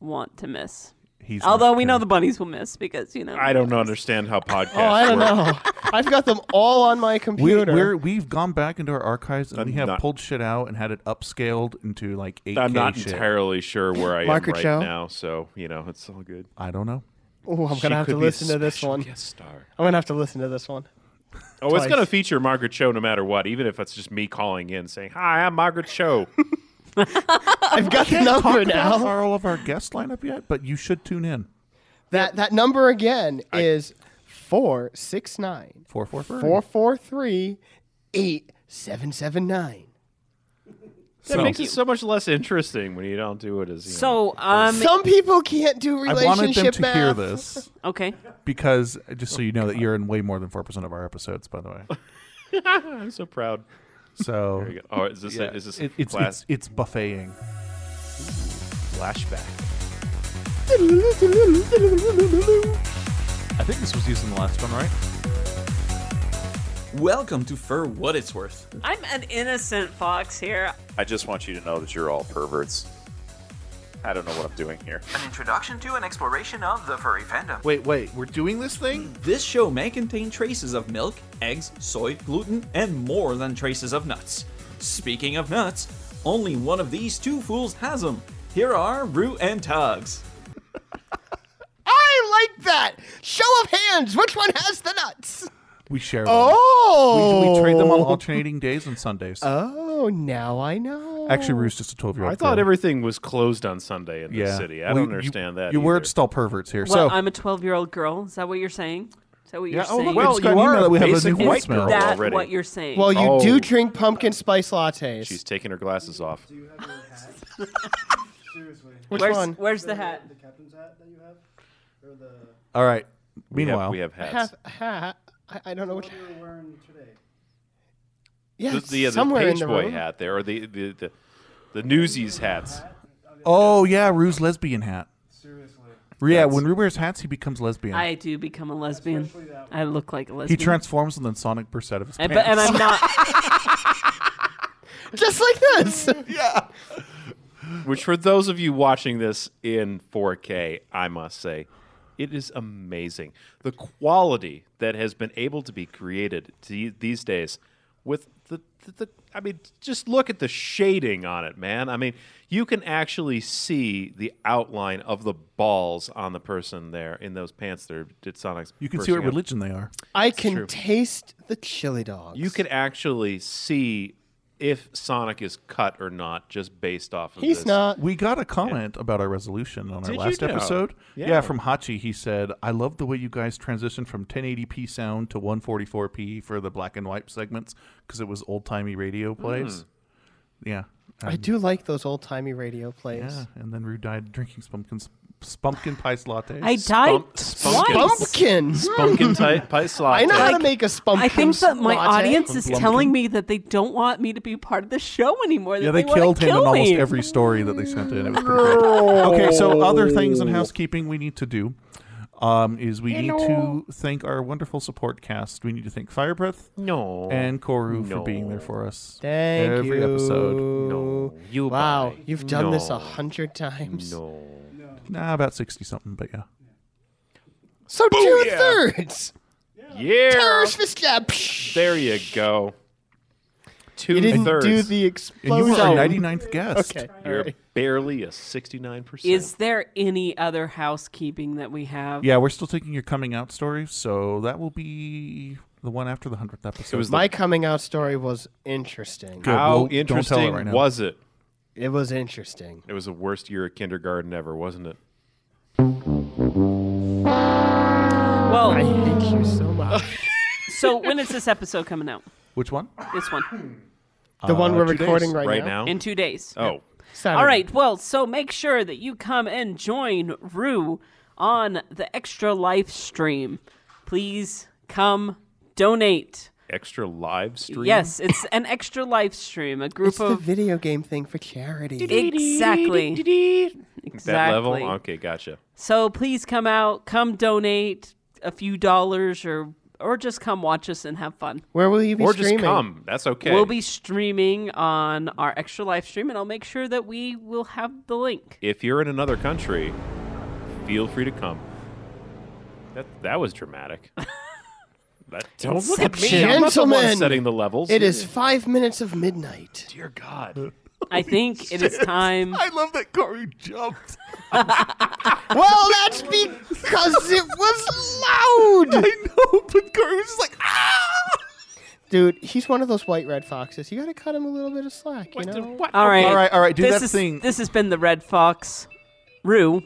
S5: want to miss.
S2: He's
S5: Although we know the bunnies will miss because you know.
S3: I don't understand how podcasts.
S4: Oh, I don't
S3: work.
S4: know. I've got them all on my
S2: we,
S4: computer.
S2: we're, we've gone back into our archives and we have
S3: not-
S2: pulled shit out and had it upscaled into like 8K
S3: I'm not
S2: shit.
S3: entirely sure where I
S2: Market
S3: am right
S2: show?
S3: now, so you know it's all good.
S2: I don't know.
S4: oh, I'm
S3: She
S4: gonna have
S3: could
S4: to
S3: be a
S4: listen to this
S3: special
S4: one.
S3: guest star.
S4: I'm gonna have to listen to this one.
S3: Oh,
S4: Twice.
S3: it's going to feature Margaret Cho no matter what, even if it's just me calling in saying, "Hi, I'm Margaret Cho."
S4: I've got the
S2: Can't talk
S4: number
S2: about
S4: now.
S2: all of our guest lineup yet, but you should tune in.
S4: That that number again is four six nine
S2: Four four four.
S4: four four three eight seven seven nine.
S3: That makes it so much less interesting when you don't do it as you know.
S5: So um,
S4: Some people can't do
S2: I wanted them
S4: relationship
S2: to
S4: math.
S2: hear this
S5: Okay.
S2: because just so you know that you're in way more than four percent of our episodes, by the way.
S3: I'm so proud.
S2: So,
S3: Very good. Oh, is this a- is this a
S2: It- it's,
S3: class-
S2: it's it's buffeting.
S3: Flashback.
S2: I think this was used in the last one, right?
S1: Welcome to For What It's Worth.
S5: I'm an innocent fox here.
S15: I just want you to know that you're all perverts. I don't know what I'm doing here.
S16: An introduction to an exploration of the furry fandom.
S1: Wait,
S2: wait, we're doing this thing?
S1: This show may contain traces of milk, eggs, soy, gluten, and more than traces of nuts. Speaking of nuts, only one of these two fools has them. Here are Rue and Tugs.
S4: I like that. Show of hands. Which one has the nuts?
S2: We share. Them.
S4: Oh.
S2: we, we trade them on alternating days and Sundays.
S4: Oh, now I know.
S2: Actually, Roo's just a twelve-year-old.
S3: I thought everything was closed on Sunday in this city. I
S2: Well,
S3: don't
S2: you-
S3: understand that.
S2: You
S3: either.
S2: were install perverts here.
S5: Well,
S2: so
S5: I'm a 12 year old girl. Is that what you're saying? Is that what
S2: Yeah,
S5: you're
S2: oh,
S5: saying?
S2: look, Well, it's got an you email are that we a have a basic new white voicemail. girl
S5: Is that
S3: already.
S5: what you're saying?
S4: Well, you
S3: Oh.
S4: do drink pumpkin spice lattes.
S3: She's taking her glasses off.
S10: Seriously.
S4: Which
S5: where's,
S4: one?
S5: Where's the hat?
S10: The captain's hat that you have? Or the
S2: all right.
S3: We have-
S2: Meanwhile,
S3: we have
S4: I
S3: hats.
S4: have a hat. I, I don't know which.
S10: you were wearing today?
S4: Yeah,
S3: the,
S4: it's
S3: the, the
S4: somewhere in
S3: page
S4: the
S3: boy
S4: room.
S3: hat there, or the the the, the newsies hats.
S2: Oh yeah, Rue's lesbian hat.
S10: Seriously.
S2: Yeah, when Rue wears hats, he becomes lesbian.
S5: I do become a lesbian. I look like a lesbian.
S2: He transforms and then Sonic bursts out of his
S5: And,
S2: pants.
S5: but, and I'm not.
S4: Just like this.
S2: yeah.
S3: Which, for those of you watching this in 4K, I must say, it is amazing. The quality that has been able to be created to, these days with the, the, the I mean, just look at the shading on it, man. I mean, you can actually see the outline of the balls on the person there in those pants. There, did Sonic's.
S2: You can see what
S3: bursting out.
S2: religion they are.
S4: I
S3: It's
S4: can
S3: true.
S4: taste the chili dog.
S3: You can actually see if Sonic is cut or not just based off of this.
S2: We got a comment about our resolution on our
S3: Did you
S2: last
S3: now?
S2: episode.
S3: Yeah.
S2: Yeah. from Hachi. He said, "I love the way you guys transitioned from 1080p sound to 144p for the black and white segments because it was old timey radio plays."
S4: Mm.
S2: Yeah,
S4: I
S2: Um,
S4: do like those old timey radio plays.
S2: Yeah, and then Rue died drinking pumpkin pumpkin pies latte.
S4: I died
S2: Spunkin.
S4: Spunkin. twice. Spunkin
S3: type- pice latte.
S4: Hmm. I know how to
S5: Like,
S4: make a spunkin.
S5: I think that my
S4: latte.
S5: audience is telling me that they don't want me to be part of the show anymore. That
S2: Yeah,
S5: they,
S2: they,
S5: wanna
S2: killed him
S5: kill
S2: in almost
S5: me.
S2: every story that they sent in. It was pretty good. Okay, so other things in housekeeping we need to do um, is we
S3: Hello.
S2: need to thank our wonderful support cast. We need to thank Fire Breath
S3: No.
S2: and Koru
S3: No.
S2: for being there for us
S4: Thank
S2: every
S4: you.
S2: episode.
S3: No, you
S4: wow,
S3: buy.
S4: you've done this
S3: No.
S4: a hundred times.
S3: No.
S2: Nah, about 60 something, but yeah.
S4: So two thirds.
S3: Yeah.
S4: Terrorist fist jab.
S3: There you go. Two
S4: didn't
S3: thirds.
S4: do the
S2: And you were
S4: So-
S2: our 99th guest.
S4: Okay.
S3: You're barely a 69%.
S5: Is there any other housekeeping that we have?
S2: Yeah, we're still taking your coming out story, so that will be the one after the 100th episode.
S4: my coming out story was interesting.
S2: Good, How well, don't tell it
S3: interesting
S2: right now.
S3: was it?
S4: It was interesting.
S3: It was the worst year of kindergarten ever, wasn't it?
S5: Well,
S4: I hate you so much.
S5: so when is this episode coming out?
S2: Which one?
S5: This one.
S4: The
S2: Uh,
S4: one we're recording right, now.
S5: In two days.
S3: Oh.
S4: Saturday.
S5: All right. Well, so make sure that you come and join Rue on the extra live stream. Please come donate.
S3: Extra live stream?
S5: Yes, it's an extra live stream. A group
S4: It's the
S5: of
S4: video game thing for charity.
S5: Exactly.
S3: That level?
S5: Exactly.
S3: Okay, gotcha.
S5: So please come out, come donate a few dollars or or just come watch us and have fun.
S4: Where will you be
S3: or
S4: streaming?
S3: just come. That's okay.
S5: We'll be streaming on our extra live stream and I'll make sure that we will have the link.
S3: if you're in another country, feel free to come. That that was dramatic. that, don't look at me. I'm not the one
S4: Gentlemen,
S3: setting the levels.
S4: It is five minutes of midnight.
S3: Dear God.
S5: I think it is time
S2: I love that Corey jumped.
S4: well, that's because it was loud.
S2: I know, but Corey was just like, "Ah!"
S4: Dude, he's one of those white red foxes. You got to cut him a little bit of slack, you know?
S5: All right.
S2: All right, all right, do
S5: this
S2: that
S5: is-
S2: thing.
S5: This has been the Red Fox. Rue.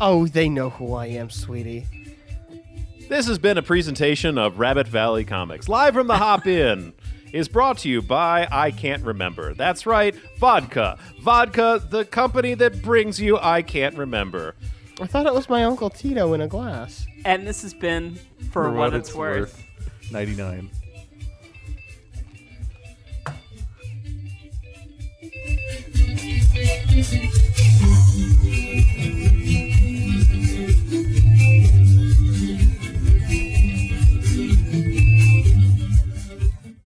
S4: Oh, they know who I am, sweetie.
S3: This has been a presentation of Rabbit Valley Comics. Live from the Hop In is brought to you by I Can't Remember. That's right, Vodka. Vodka, the company that brings you I Can't Remember.
S4: I thought it was my Uncle Tito in a glass.
S5: And this has been For, What, It's, worth.
S2: 99.
S13: Thank you.